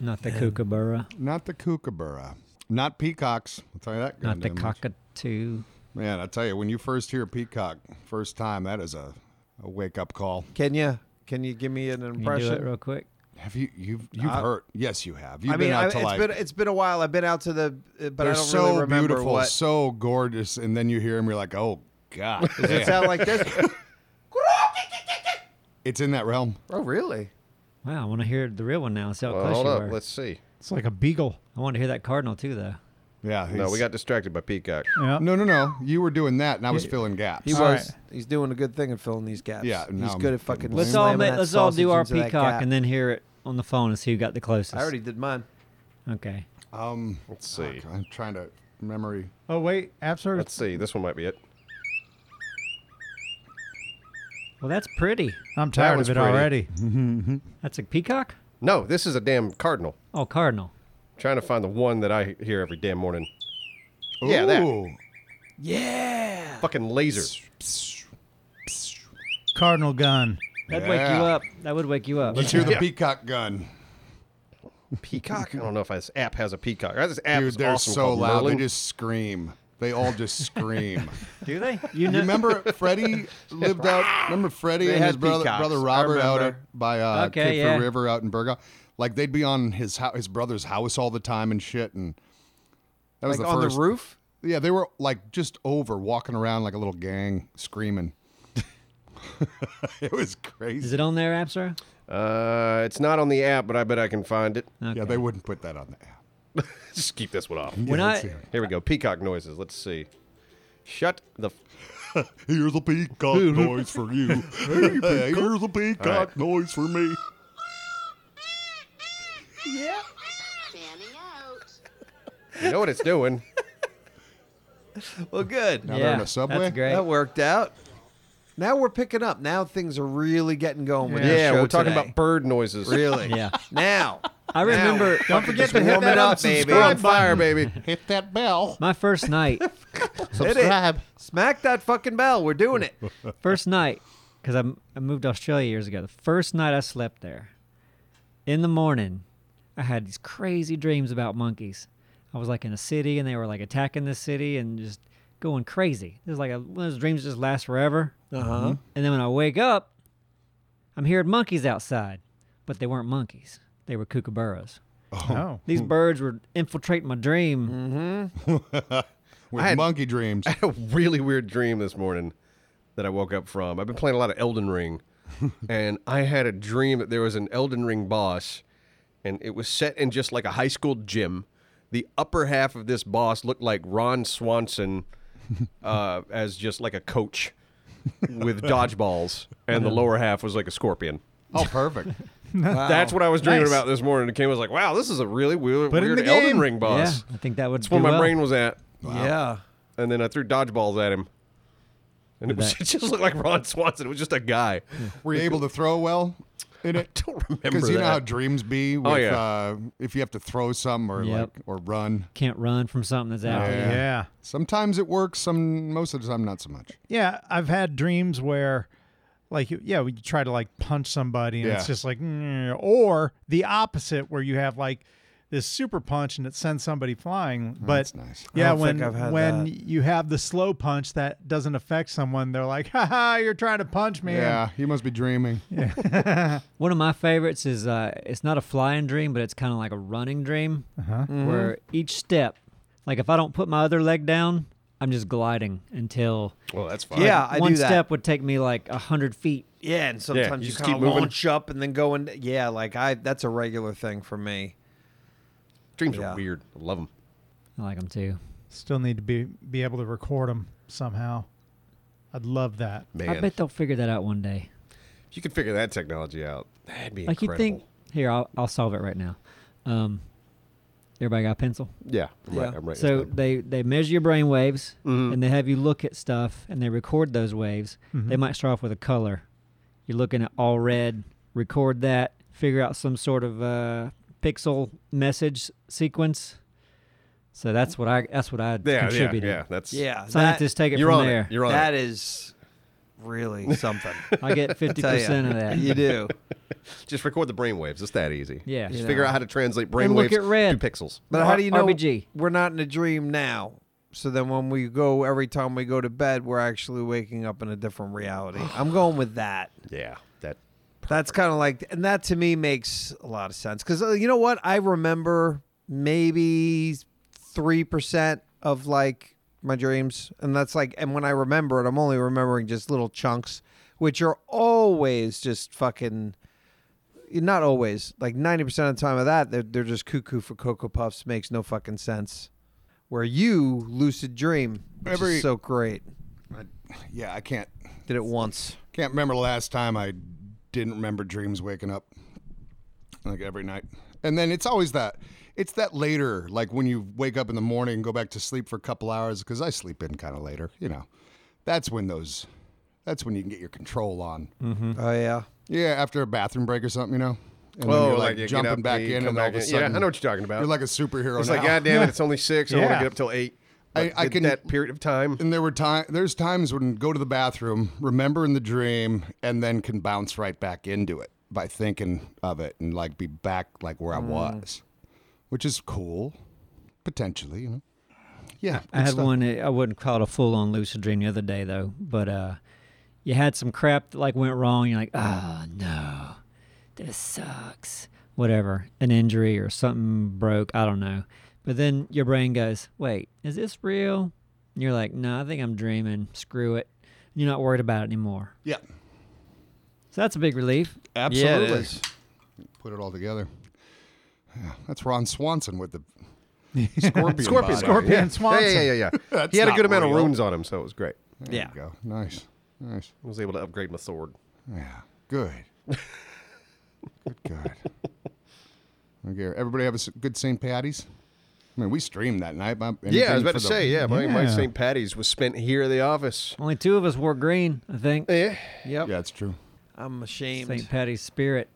Not the kookaburra.
not the kookaburra, not peacocks. I'll tell you that.
Not the
goddamn much.
cockatoo.
Man, I tell you, when you first hear a peacock, first time, that is a, a wake up call.
Can you? Can you give me an
Can you do
impression?
it real quick?
Have you you've you've
Uh,
heard? Yes, you have. You've
I
been
mean,
out
I,
to
it's
like.
been it's been a while. I've been out to the, uh, but
they're
I don't
so
really remember
beautiful,
what.
so gorgeous, and then you hear them, you're like, oh god,
Does it sound like this?
it's in that realm.
oh, really?
Wow, I want to hear the real one now. See how
Well,
close
Uh, hold
you
up,
were.
let's see.
it's like a beagle
I want to hear that cardinal too, though.
Yeah.
No, we
he's-
got distracted by peacock.
yeah
No, no, no. You were doing that, and I was filling gaps.
He
All
was.
right.
He's doing a good thing in filling these gaps.
Yeah, now
he's
I'm
good at fucking.
getting blamed.
Let's all
slamming
ma-
that
let's all do
sausage
our
into that
peacock
gap.
and then hear it on the phone and see who got the closest.
I already did mine.
Okay.
Um,
Let's see.
I'm trying to memory.
oh wait absurd
Let's see. This one might be it.
Well, that's pretty.
i'm
That
tired
was
of it
pretty.
already
That's a peacock.
No, this is a damn cardinal.
Oh, cardinal.
trying to find the one that I hear every damn morning. Yeah, that.
Ooh.
Yeah.
Fucking laser.
cardinal gun
That'd wake
Yeah.
you up. That would wake you up.
Let's hear the
Yeah.
peacock gun.
Peacock? I don't know if this app has a peacock. This app
Dude,
is
they're
awesome
so
called
loud.
Merlin.
They just scream. They all just scream.
Do they? You
you
know.
remember Freddie lived out? Remember Freddie
They
and his
had
brother,
peacocks.
brother
I
Robert out at,
remember.
by uh,
Okay,
Kid
yeah.
for River out in Burga? Like they'd be on his ho- his brother's house all the time and shit. And that was
Like
the
on
first.
the roof.
Yeah, they were like just over walking around like a little gang screaming. it was crazy.
Is it on there, Absra?
Uh, it's not on the app, but I bet I can find it.
Okay.
Yeah, they wouldn't put that on the app.
Just keep this one off.
When
let's
I
hear
Here we go. Peacock noises. Let's see. Shut the. F-
Here's a peacock noise for you. Hey, here's a peacock
All right.
noise for me.
Fanning out.
you know what it's doing.
Well, good.
Now they're in a subway?
That's great.
That worked out. Now we're picking up. Now things are really getting going with
Yeah,
this show
we're talking
today.
about bird noises.
really.
Yeah.
Now.
I remember.
Don't forget to
Hit
warm it
that
up,
unsubscribe
baby.
fire, baby.
Hit that bell.
My first night.
Hit it. Smack that fucking bell. We're doing it.
First night, because I, m- I moved to Australia years ago. The first night I slept there, in the morning, I had these crazy dreams about monkeys. I was like in a city and they were like attacking this city and just going crazy. It was like a, one of those dreams that just lasts forever.
Uh
Uh-huh.
huh.
And then when I wake up, I'm hearing monkeys outside, but they weren't monkeys. They were kookaburras.
Oh.
These
Hmm.
birds were infiltrating my dream.
With
I had-
monkey dreams.
I had a really weird dream this morning that I woke up from. I've been playing a lot of Elden Ring, and I had a dream that there was an Elden Ring boss, and it was set in just like a high school gym. The upper half of this boss looked like Ron Swanson uh, as just like a coach with dodgeballs, and the lower half was like a scorpion.
Oh, perfect.
That's what I was dreaming
Nice.
about this morning. It came I was like, wow, this is a really weird,
Put it in
weird
the
Elden
game.
Ring boss.
Yeah, I think that would.
That's where
do
my
well.
brain was at
Yeah.
and then I threw dodgeballs at him. And it, was,
that- Hmm.
it just looked like Ron Swanson. It was just a guy.
Were you able to throw well in
I
it?
don't remember
Because you know how
that.
dreams be with
Oh, yeah.
uh, if you have to throw some or
Yep.
like or run.
Can't run from something that's out.
Yeah.
there.
Yeah.
Sometimes it works. Some most of the time not so much.
Yeah, I've had dreams where, like, you- yeah, we try to like punch somebody, and it's
Yeah.
just like, "Mm," or the opposite, where you have like this super punch and it sends somebody flying. but
that's nice. I
yeah,
don't think
when
I've had
when
that.
you have the slow punch that doesn't affect someone, they're like, "Ha ha, you're trying to punch me."
Yeah, you must be dreaming.
One of my favorites is uh, it's not a flying dream, but it's kind of like a running dream,
Mm-hmm.
where each step, like if I don't put my other leg down, I'm just gliding until
Well, that's fine.
Yeah, I
one
do that.
step would take me like a hundred feet.
Yeah, and sometimes
you
you,
just
kind
keep
of
moving.
launch up and then go in. Yeah, like I, that's a regular thing for me.
Dreams
Yeah.
are weird. I love them.
I like them too.
Still need to be be able to record them somehow. I'd love that.
Man,
I bet they'll figure that out one day.
if you could figure that technology out, that'd be
Like you
incredible.
think here, I'll, I'll solve it right now. Um, everybody got a pencil?
yeah, I'm right. Mm-hmm.
Yeah.
I'm right.
So they, they measure your brain waves and they have you look at stuff and they record those waves. They might start off with a color. You're looking at all red, record that, figure out some sort of uh, pixel message sequence. So that's what I that's what I
yeah, yeah,
contributed.
yeah. That's
Yeah, that,
Scientists take it
You're
from
on
there.
it. You're on
that
it.
is really something.
I get fifty
Tell ya.
percent of that.
You do.
Just record the brainwaves. It's that easy.
Yeah.
Just
You
figure
know.
out how to translate
And look
brainwaves
at red.
to pixels.
But
R-
how do you know
RBG.
we're not in a dream now? So then when we go, every time we go to bed, we're actually waking up in a different reality. I'm going with that.
Yeah. That.
That's kind of like, and that to me makes a lot of sense. Because uh, you know what? I remember maybe 3% of like my dreams. And that's like, and when I remember it, I'm only remembering just little chunks, which are always just fucking, not always, like 90% of the time of that, they're, they're just cuckoo for Cocoa Puffs. Makes no fucking sense. Where you lucid dream, which is
Every-
so great.
Yeah, I can't
Did it once.
can't remember the last time I didn't remember dreams waking up like every night. And then it's always that it's that later, like when you wake up in the morning and go back to sleep for a couple hours because I sleep in kind of later, you know. That's when those that's when you can get your control on.
Hmm.
Oh, yeah.
Yeah, after a bathroom break or something, you know. And then
Oh, like
you're like,
you get
jumping
up,
back
you
in
come
and all
back
of a
in. Yeah, I
sudden.
know what you're talking about.
You're like a superhero
It's
now.
like, God damn it, it's only six. I don't want
Yeah.
to get up till eight.
I-
Like,
I
did
can-
that period of time.
And there were time. There's times when go to the bathroom, remember in the dream, and then can bounce right back into it by thinking of it and like be back like where I
Mm.
was, which is cool, potentially. You know. Yeah.
I had one. uh, I wouldn't call it a full-on lucid dream the other day though, but uh, you had some crap that like went wrong. You're like, oh no, this sucks. Whatever, an injury or something broke. I don't know. But then your brain goes, wait, is this real? And you're like, no, I think I'm dreaming. Screw it. And you're not worried about it anymore.
Yeah.
So that's a big relief.
Absolutely. Put it all together. Yeah, that's Ron Swanson with the scorpion.
Scorpion.
body.
Scorpion
Yeah,
Swanson.
Yeah, yeah, yeah, yeah.
That's
he had a
not
good amount of
real.
runes on him, so it was great.
There
Yeah.
you go. Nice. Nice.
I was able to upgrade my sword.
Yeah. Good. good. Good. Okay. Everybody have a s- good St. Patty's. I mean, we streamed that night. My,
Yeah, I was about
anything
to
for the-
say, yeah, my, my
Yeah.
St. Patty's was spent here at the office.
Only two of us wore green, I think.
Yeah.
Yep.
Yeah, it's true.
I'm ashamed.
St. Patty's spirit.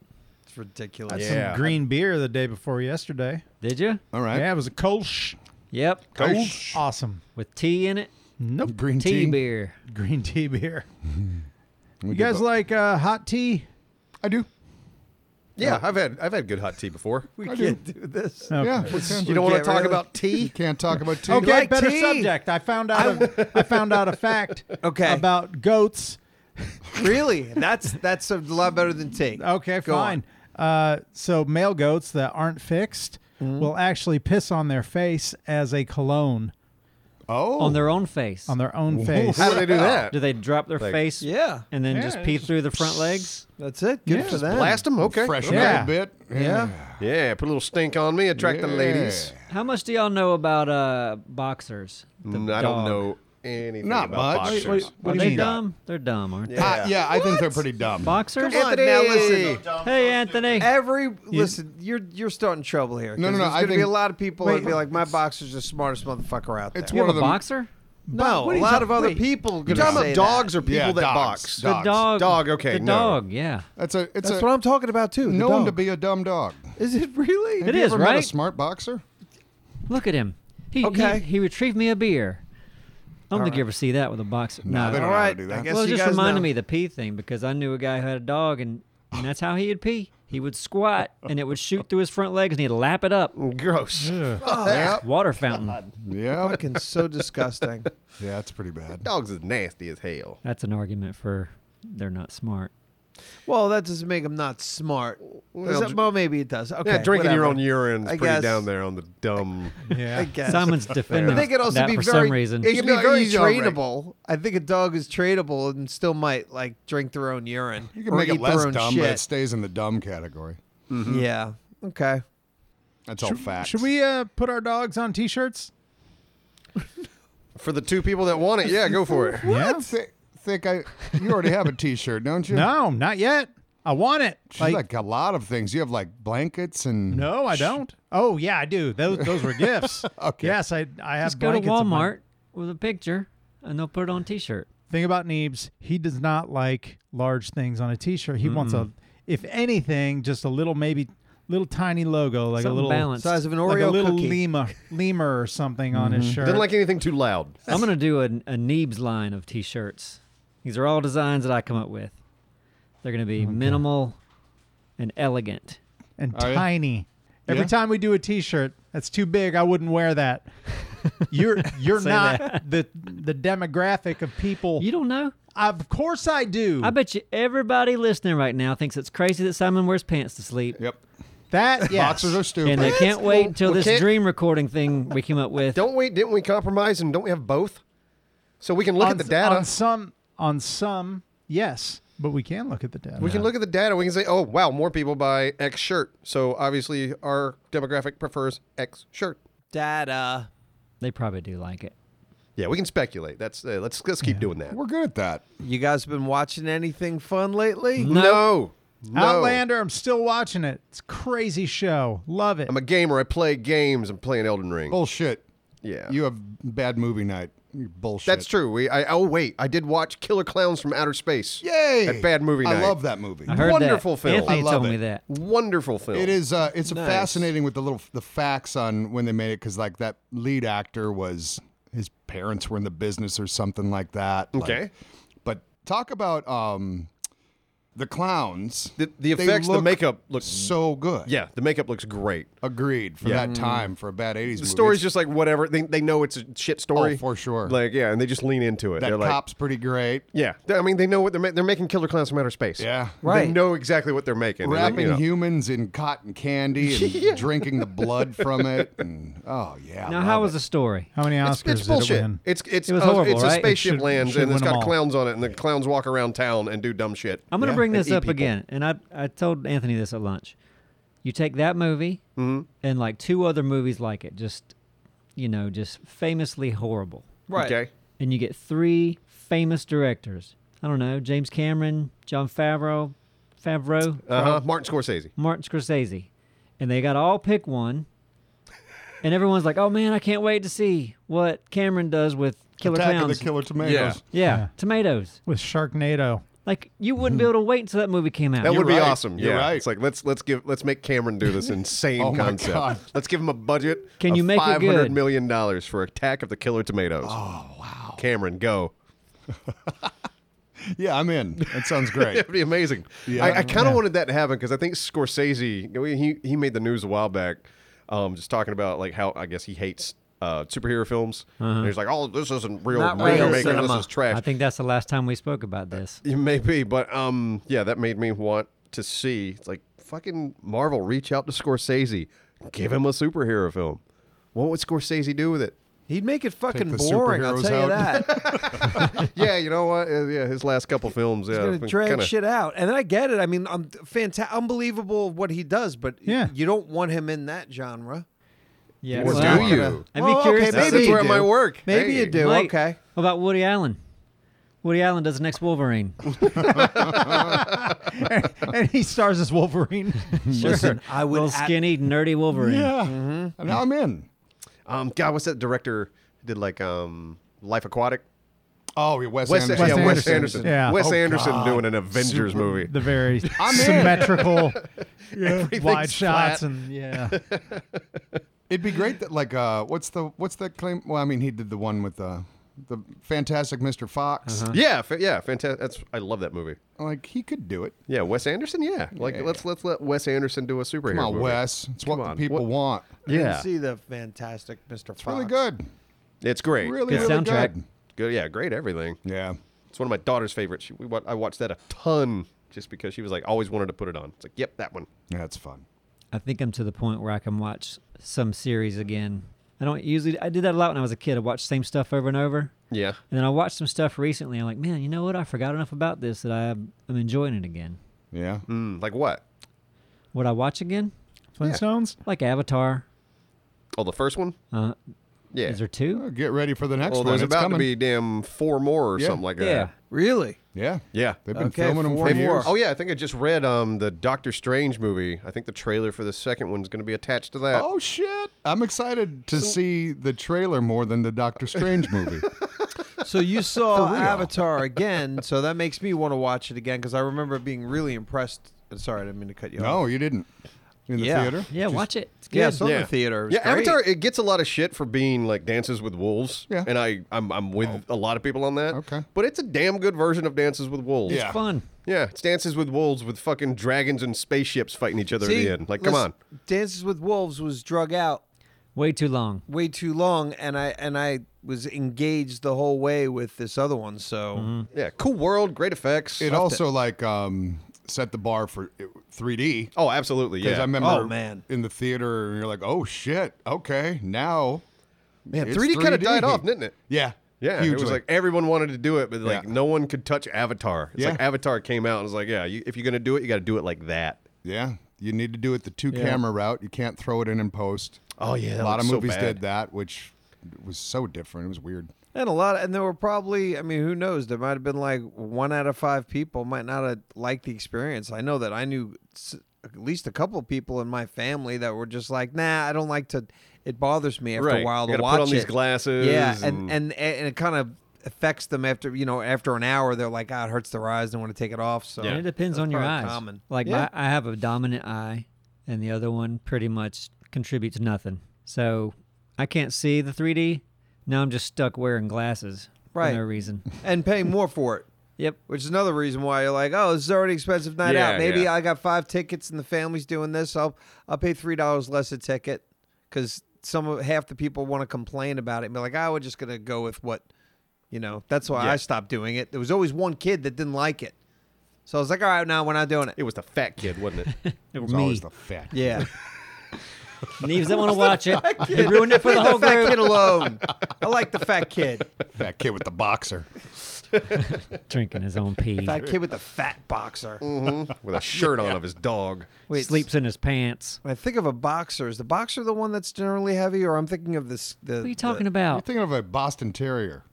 It's ridiculous.
That's-
Some
Yeah.
green beer the day before yesterday.
Did you?
All right.
Yeah, it was a Kolsch.
Yep.
Kolsch.
Awesome.
With tea in it.
Nope.
Green
Tea
tea.
beer.
Green tea beer. You guys like uh, hot tea?
I do.
Yeah, I've had I've had good hot tea before.
We can't do this.
Okay.
Yeah. we can.
You don't want to
can't
talk
really-
about tea?
Can't talk about tea.
Oh. Okay,
like
better
tea?
subject. I found out a, I found out a fact
Okay.
about goats.
Really? That's that's a lot better than tea.
Okay,
Go on.
fine. Uh, so male goats that aren't fixed will actually piss on their face as a cologne
Oh.
on their own face.
on their own face.
How do they do that?
do they drop their face
Yeah,
and then
Yeah,
just
it's
pee through the front legs?
that's it. Good
Yeah.
for
Just
them.
Blast them? Okay.
Fresh
Yeah.
a little bit.
Yeah.
Yeah, put a little stink on me, attract the ladies.
How much do y'all know about uh, boxers? The
Mm, I don't
dog.
know anything
Not
about
much.
boxers.
Wait, wait,
Are
do you
they
mean?
dumb? They're dumb, aren't they?
Yeah.
Ah, yeah, I think they're pretty dumb.
Boxers?
Come on, now listen.
Hey, Anthony.
Every listen, you're you're starting trouble here.
No,
'cause
no, no,
There's
I
gonna be
think-
a lot of people
Wait.
that'd be like, my boxer's the smartest motherfucker out there.
It's
You
one
have
of
a
them.
boxer?
no,
what are
a
you
lot
talking-
of other
wait.
people
You're
gonna
talking
say
about dogs
that.
or people
Yeah,
that
dogs.
box?
Dogs.
The dog.
Dog, okay,
The
no.
dog, yeah.
That's a. It's
That's
a,
what I'm talking about too. the
known to
dog.
be a dumb dog.
Is it really?
It
you
is,
ever met a
right?
smart boxer?
Look at him. He,
Okay.
he, he retrieved me a beer. I don't think you ever see that with a boxer. No.
they
All
don't know how to
right,
do
I
that.
guess
well, it
you
just
guys
reminded
know.
me of the pee thing because I knew a guy who had a dog and, and that's how he would pee. He would squat and it would shoot through his front legs and he'd lap it up.
Gross.
Yep.
Water fountain.
Yeah.
Fucking so disgusting.
Yeah, it's pretty bad.
Dogs is nasty as hell.
That's an argument for they're not smart.
Well, that doesn't make them not smart. Does that, well, maybe it does. Okay,
Yeah, drinking your own
whatever.
urine is
I
pretty
guess-
down there on the dumb.
I
Yeah.
guess.
Simon's defending
I think it also
that
be
for
very-
some reason.
it-
It
He's
can be
not-
very
he's all right.
trainable. I think a dog is trainable and still might like drink their own urine.
You can
or
make
eat
it
their
less
own
dumb,
shit.
but it stays in the dumb category.
Yeah. Okay.
That's all facts.
Should we uh, put our dogs on t-shirts?
For the two people that want it, yeah, go for it.
What? Thi- think I? You already have a T-shirt, don't you?
No, not yet. I want it.
She's
Like,
like, a lot of things. You have like blankets and
no, I don't. Oh yeah, I do. Those those were gifts.
Okay.
Yes, I I have
Just go to
blankets of mine.
Walmart with a picture and they'll put it on t shirt.
Thing about Neebs, he does not like large things on a t-shirt. He wants a, if anything, just a little maybe little tiny logo like a
Something
little
balanced.
Size of an Oreo
like a little
cookie.
lima lemur or something on his shirt.
Didn't Mm-hmm. like anything too loud.
I'm gonna do a, a Neebs line of T-shirts. These are all designs that I come up with. They're gonna be minimal and elegant.
and
oh,
Are ya?
tiny. Every
Yeah.
time we do a T-shirt that's too big, I wouldn't wear that. You're you're
Say
not the the demographic of people.
You don't know?
of course I do.
Hmm.
I bet you everybody listening right now thinks it's crazy that Simon wears pants to sleep,
Yep.
that yes.
Boxers are stupid.
and they can't wait until
well,
this
can't-
dream recording thing we came up with.
Don't we? Didn't we compromise and don't we have both? So we can look
on,
at the
s-
data.
on some on some yes, but we can look at the data.
we can look at the data. We can say, oh wow, more people buy X shirt. So obviously our demographic prefers X shirt.
Data.
They probably do like it.
Yeah, we can speculate. That's uh, let's let's keep doing that.
We're good at that.
You guys been watching anything fun lately?
No. No.
Outlander. I'm still watching it. It's a crazy show. Love it.
I'm a gamer. I play games. I'm playing Elden Ring.
Bullshit.
yeah.
You have bad movie night. You Bullshit.
That's true. We, I, oh wait, I did watch Killer Clowns from Outer Space.
Yay!
At Bad Movie
I
Night.
love that movie.
I heard
Wonderful
that.
film.
Anthony
I love
told
it.
me that.
Wonderful film.
It is. Uh, it's
Nice.
fascinating with the little the facts on when they made it because like that lead actor was his parents were in the business or something like that. Like-
Okay.
but talk about um, the clowns.
The, the
They
effects, the
look
makeup looks
so good.
Yeah, the makeup looks great.
Agreed. For that
Mm-hmm.
time, for a bad
The
'80s movie,
story's
it's-
just like whatever. They, they know it's a shit story.
Oh, for sure.
Like, yeah, and they just lean into it.
that
They're like,
cop's pretty great.
yeah. They- I mean, they know what they're ma- they're making Killer Clowns from Outer Space.
Yeah.
Right.
They know exactly what they're making. They're like,
Wrapping
you know,
humans in cotton candy and drinking the blood from it, and oh yeah.
Now,
love
how
it.
was the story?
How many
it's,
Oscars
it's
did it
bullshit.
win?
It's it's
It was
uh,
horrible,
it's a
right? It
spaceship
should-
lands
should
and it's
win 'em
got
all.
clowns on it and the clowns walk around town and do dumb shit.
I'm gonna bring
and
this
eat
up
people.
again, and I I told Anthony this at lunch. You take that movie
Mm-hmm.
and like two other movies like it, just you know, just famously horrible,
Right.
Okay.
and you get three famous directors. I don't know, James Cameron, John Favreau, Favreau,
Uh huh. Martin Scorsese.
Martin Scorsese, and they got to all pick one. And everyone's like, "Oh man, I can't wait to see what Cameron does with Killer
Attack of
Clowns."
the Killer Tomatoes?
yeah,
Yeah.
tomatoes.
with Sharknado.
Like you wouldn't be able to wait until that movie came out.
That would be
right.
awesome.
You're
yeah,
right.
it's like let's let's give let's make Cameron do this insane
Oh my
concept.
God.
Let's give him a budget.
Can
of
you make it
five hundred
good?
million dollars for Attack of the Killer Tomatoes? Oh wow, Cameron, go!
Yeah, I'm in. That sounds great.
That'd be amazing.
Yeah.
I, I kind of wanted that to happen because I think Scorsese he he made the news a while back, um, just talking about like how I guess he hates uh, superhero films.
Uh-huh.
And he's like, oh, this isn't real
Not
movie
real
making. This
cinema.
is trash.
I think that's the last time we spoke about this.
It may be, but um, yeah, that made me want to see. It's like fucking Marvel, reach out to Scorsese, give him a superhero film. What would Scorsese do with it?
He'd make it fucking
the
boring. I'll
superheroes
tell you
out.
that.
yeah, you know what? Uh, yeah, his last couple films. Yeah,
He's gonna drag shit out, and then I get it. I mean, I'm fantastic, unbelievable what he does, but
Yeah.
you don't want him in that genre.
Yeah.
Well,
well,
do you?
I'd be
Well,
curious.
okay,
to
That's,
maybe
that's
you
where it
do.
might work.
Maybe
Hey.
you do.
Mike,
okay.
What about Woody Allen? Woody Allen does the next Wolverine.
and he stars as Wolverine.
Listen,
I would
Little
at-
skinny, nerdy Wolverine.
yeah.
Mm-hmm.
And I'm in.
Um, God, what's that director who did like um Life Aquatic?
Oh, yeah, Wes,
Wes,
Anderson.
yeah, Wes
Anderson.
Anderson.
Yeah.
Wes
Oh,
Anderson
God.
doing an Avengers movie.
the very
I'm in.
symmetrical wide
Everything's
shots
flat.
and yeah.
It'd be great that like uh, what's the what's that claim? Well, I mean, he did the one with the the Fantastic Mr. Fox.
Yeah, fa- yeah, fantastic. That's I love that movie.
Like he could do it.
Yeah, Wes Anderson. Yeah, like let's let's let Wes Anderson do a superhero.
Come on,
movie.
Wes. It's
Come
what
on.
the people
What-
want.
I
Yeah,
didn't see the fantastic Mr. Fox.
It's really good.
it's great.
Really,
Good
really
soundtrack.
good.
good. Yeah, great everything.
Yeah.
It's one of my daughter's favorites. She, we wa- I watched that a ton just because she was like always wanted to put it on. It's like, yep, that one.
Yeah, it's fun.
I think I'm to the point where I can watch some series again. I don't usually. I did that a lot when I was a kid. I watched the same stuff over and over.
Yeah,
And then I watched some stuff recently. I'm like, man, you know what? I forgot enough about this that I, am enjoying it again.
Yeah.
mm, like what?
Would I watch again?
Flintstones?
Like Avatar.
Oh, the first one.
Uh,
Yeah.
Is there two?
Well, get ready for the next
well,
one.
there's
It's
about
coming.
to be damn four more or
Yeah.
something like that.
Really?
Yeah.
Yeah.
They've been
Okay,
filming them
four
for
more.
years.
Oh yeah, I think I just read um the Doctor Strange movie. I think the trailer for the second one's going to be attached to that.
Oh shit! I'm excited to see the trailer more than the Doctor Strange movie.
So you saw Avatar again, so that makes me want to watch it again because I remember being really impressed. Sorry, I didn't mean to cut you
no,
off.
you didn't. In the
Yeah.
theater.
Yeah, watch it. It's good.
Yeah, I saw it in
Yeah.
the theater. It was
yeah,
great.
Avatar it gets a lot of shit for being like Dances with Wolves.
Yeah. Oh.
And I I'm I'm with a lot of people on that.
Okay.
But it's a damn good version of Dances with Wolves.
Yeah.
Fun.
Yeah, it's Dances with Wolves with fucking dragons and spaceships fighting each other at
See,
the end. Like, come
listen,
on.
Dances with Wolves was drug out
Way too long.
way too long, and I and I was engaged the whole way with this other one. So
Yeah, cool world, great effects.
It also like um, set the bar for it- 3D.
oh, absolutely.
Because
Yeah.
I remember
Oh, man.
in the theater, and you're like, oh shit, okay, now.
Man,
it's
3D, kind of
3D.
died off, didn't it?
Yeah.
Yeah, it was
hugely.
like everyone wanted to do it, but like
Yeah.
no one could touch Avatar. It's
Yeah.
like Avatar came out and was like, yeah, you, if you're gonna do it, you got to do it like that.
yeah, you need to do it the two camera route. You can't throw it in and post.
Oh, yeah, that
a lot of
looks so
movies
bad.
did that, which was so different. It was weird.
and a lot, and there were probably I mean, who knows? There might have been like one out of five people might not have liked the experience. I know that I knew s- at least a couple people in my family that were just like, nah, I don't like to. It bothers me after
Right.
a while
You
to
gotta
watch
put on
it.
these glasses.
Yeah, and and and it kind of affects them after you know after an hour. They're like, ah, it hurts their eyes. They want to take it off. So
Yeah.
And it depends
That's
on your
probably
eyes.
common.
Like
Yeah.
my, I have a dominant eye, and the other one pretty much contributes nothing. So I can't see the 3D. Now I'm just stuck wearing glasses
Right.
for no reason.
and pay more for it.
yep.
Which is another reason why you're like, oh, this is already an expensive night
Yeah,
out. Maybe
yeah.
I got five tickets and the family's doing this. I'll I'll pay three dollars less a ticket because some of half the people want to complain about it and be like, oh, we're just gonna go with what, you know. That's why
Yeah.
I stopped doing it. There was always one kid that didn't like it, so I was like, all right, now we're not doing
it
it.
was the fat kid, wasn't it?
It was always the fat.
Yeah,
Neves didn't want to watch it. He ruined it for the whole
fat kid
group.
alone. I like the fat kid.
That kid with the boxer.
Drinking his own pee.
Fat kid with the fat boxer.
Mm. With a shirt on of his dog.
Wait,
Sleeps in his pants.
When I think of a boxer, is the boxer the one that's generally heavy, or I'm thinking of this? The,
What are you talking about?
Oh.
You're thinking of a Boston Terrier.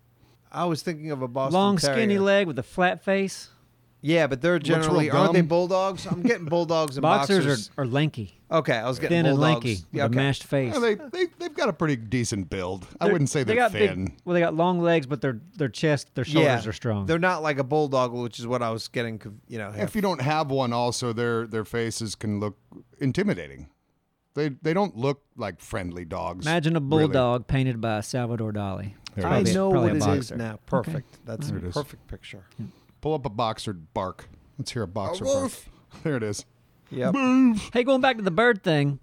I was thinking of a Boston
Long,
Terrier.
skinny leg with a flat face.
Yeah, but they're
real
generally aren't they
dumb.
bulldogs? I'm getting bulldogs and
Boxers,
boxers.
are, are lanky,
okay, I was getting
thin and
bulldogs.
lanky, with
Yeah,
a
okay.
mashed face.
Yeah, they, they, they've got a pretty decent build. I wouldn't say
they
they're
got
thin.
big. Well, they got long legs, but their their chest, their shoulders
yeah,
are strong.
They're not like a bulldog, which is what I was getting. conf- You know, half-
If you don't have one, also their their faces can look intimidating. They they don't look like friendly dogs.
Imagine a
really.
bulldog painted by Salvador Dali.
There it
I
is.
know
probably
what
a
it is
boxer.
now. Perfect. That's a
it is.
perfect picture.
Pull up a boxer bark. Let's hear a boxer bark. There it is.
Yep.
Hey, going back to the bird thing.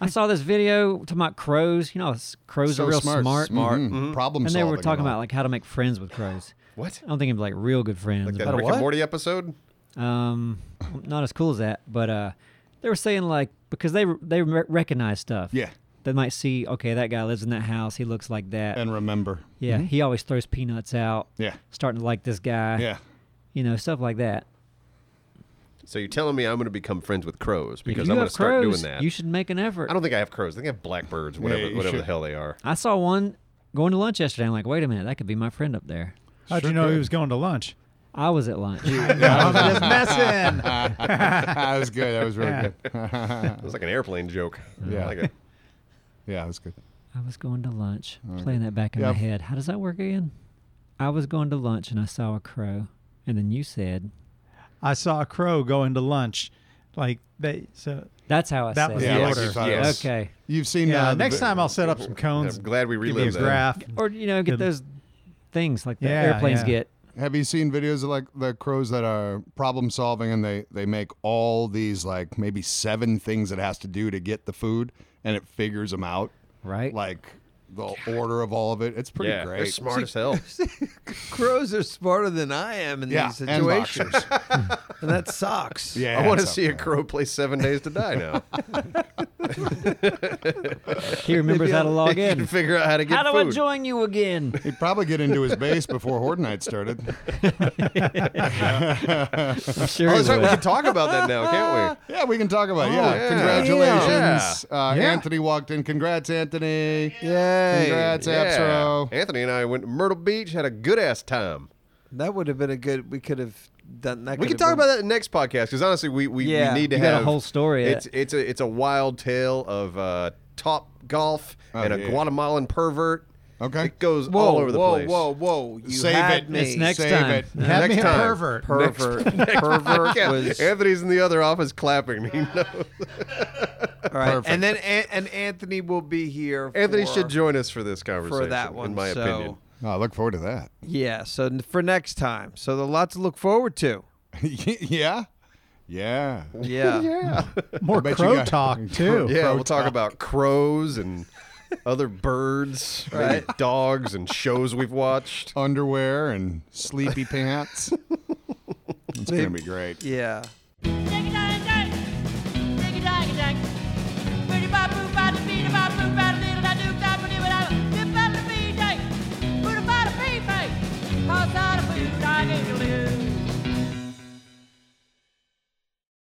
I saw this video talking about crows. You know, s- crows
so
are real
smart,
smart, Mm-hmm.
Mhm.
Mm-hmm.
problem
and they
solving.
were talking
and all.
about like how to make friends with crows.
What?
I don't think it'd be like real good friends.
Like
but-
that Rick
what?
and Morty episode?
Um, not as cool as that, but uh, they were saying like because they they re- recognize stuff.
Yeah.
they might see okay that guy lives in that house. He looks like that.
and remember.
yeah,
mm-hmm.
he always throws peanuts out.
Yeah.
starting to like this guy.
Yeah.
you know stuff like that.
So you're telling me I'm going to become friends with crows because
if you
I'm going
have
to start
crows,
doing that.
you should make an effort.
I don't think I have crows. I think I have blackbirds, whatever,
you
whatever the
should.
hell they are.
I saw one going to lunch yesterday. I'm like, wait a minute, that could be my friend up there.
How'd you know he was going to lunch?
I was at lunch.
Just messing.
that was good. That was really good.
It was like an airplane joke.
Yeah.
I like it.
Yeah, that was good.
I was going to lunch. Playing that back in
Yeah.
my head. How does that work again? I was going to lunch and I saw a crow, and then you said
I saw a crow going to lunch. Like they so
that's how I
That
said
was
it.
the
Yeah,
order.
like you
Yes.
Okay.
You've seen
yeah,
uh, the
next
vi-
time I'll set up some cones.
I'm glad we
give you a
relived that.
graph.
Or you know, get
Good.
those things like the
Yeah,
airplanes
yeah.
get.
Have you seen videos of like the crows that are problem solving and they they make all these like maybe seven things it has to do to get the food and it figures them out
Right.
like the order of all of it. It's pretty
Yeah,
great.
they're smart as hell.
Crows are smarter than I am in
Yeah,
these
and
situations,
boxers.
and, that sucks.
yeah,
I want to
it's
see a
up there.
crow play Seven Days to Die now.
He remembers how to log
You can
in.
figure out how to get
How do I
food. Oh,
join you again?
He'd probably get into his base before Horde Night started.
I'm sure.
Oh,
he
that's right. We
would.
can talk about that now, can't we?
Yeah, we can talk about. it. yeah,
yeah.
congratulations, Uh,
Yeah.
Anthony walked in. Congrats, Anthony.
Yay.
Congrats,
Yeah.
Absro.
Anthony and I went to Myrtle Beach, had a good ass time.
That would have been a good. We could have done that.
We can
could
talk
have
about that in the next podcast because honestly, we, we,
Yeah.
we need to
You
have
got a whole story.
It's it's a it's a wild tale of uh, top golf and a
yeah.
Guatemalan pervert.
Okay.
it goes
been- Whoa,
all over the
whoa,
place.
whoa, whoa! You
Save
had
it.
me.
It's next
Save
time.
it.
Have
Next
me a
time.
pervert.
Pervert. pervert
Yeah,
was
Anthony's in the other office clapping. He knows.
all right.
Perfect.
And then An- and Anthony will be here.
Anthony
for-
should join us for this conversation.
for that one.
in my
so,
opinion.
Oh, I look forward to that.
Yeah. So n- for next time. So there's a lot to look forward to.
yeah, yeah.
Yeah.
More
bet you
crow
got-
talk too.
Yeah, we'll talk about crows and other birds, maybe dogs, and shows we've watched.
Underwear and sleepy pants. It's gonna be great.
Yeah.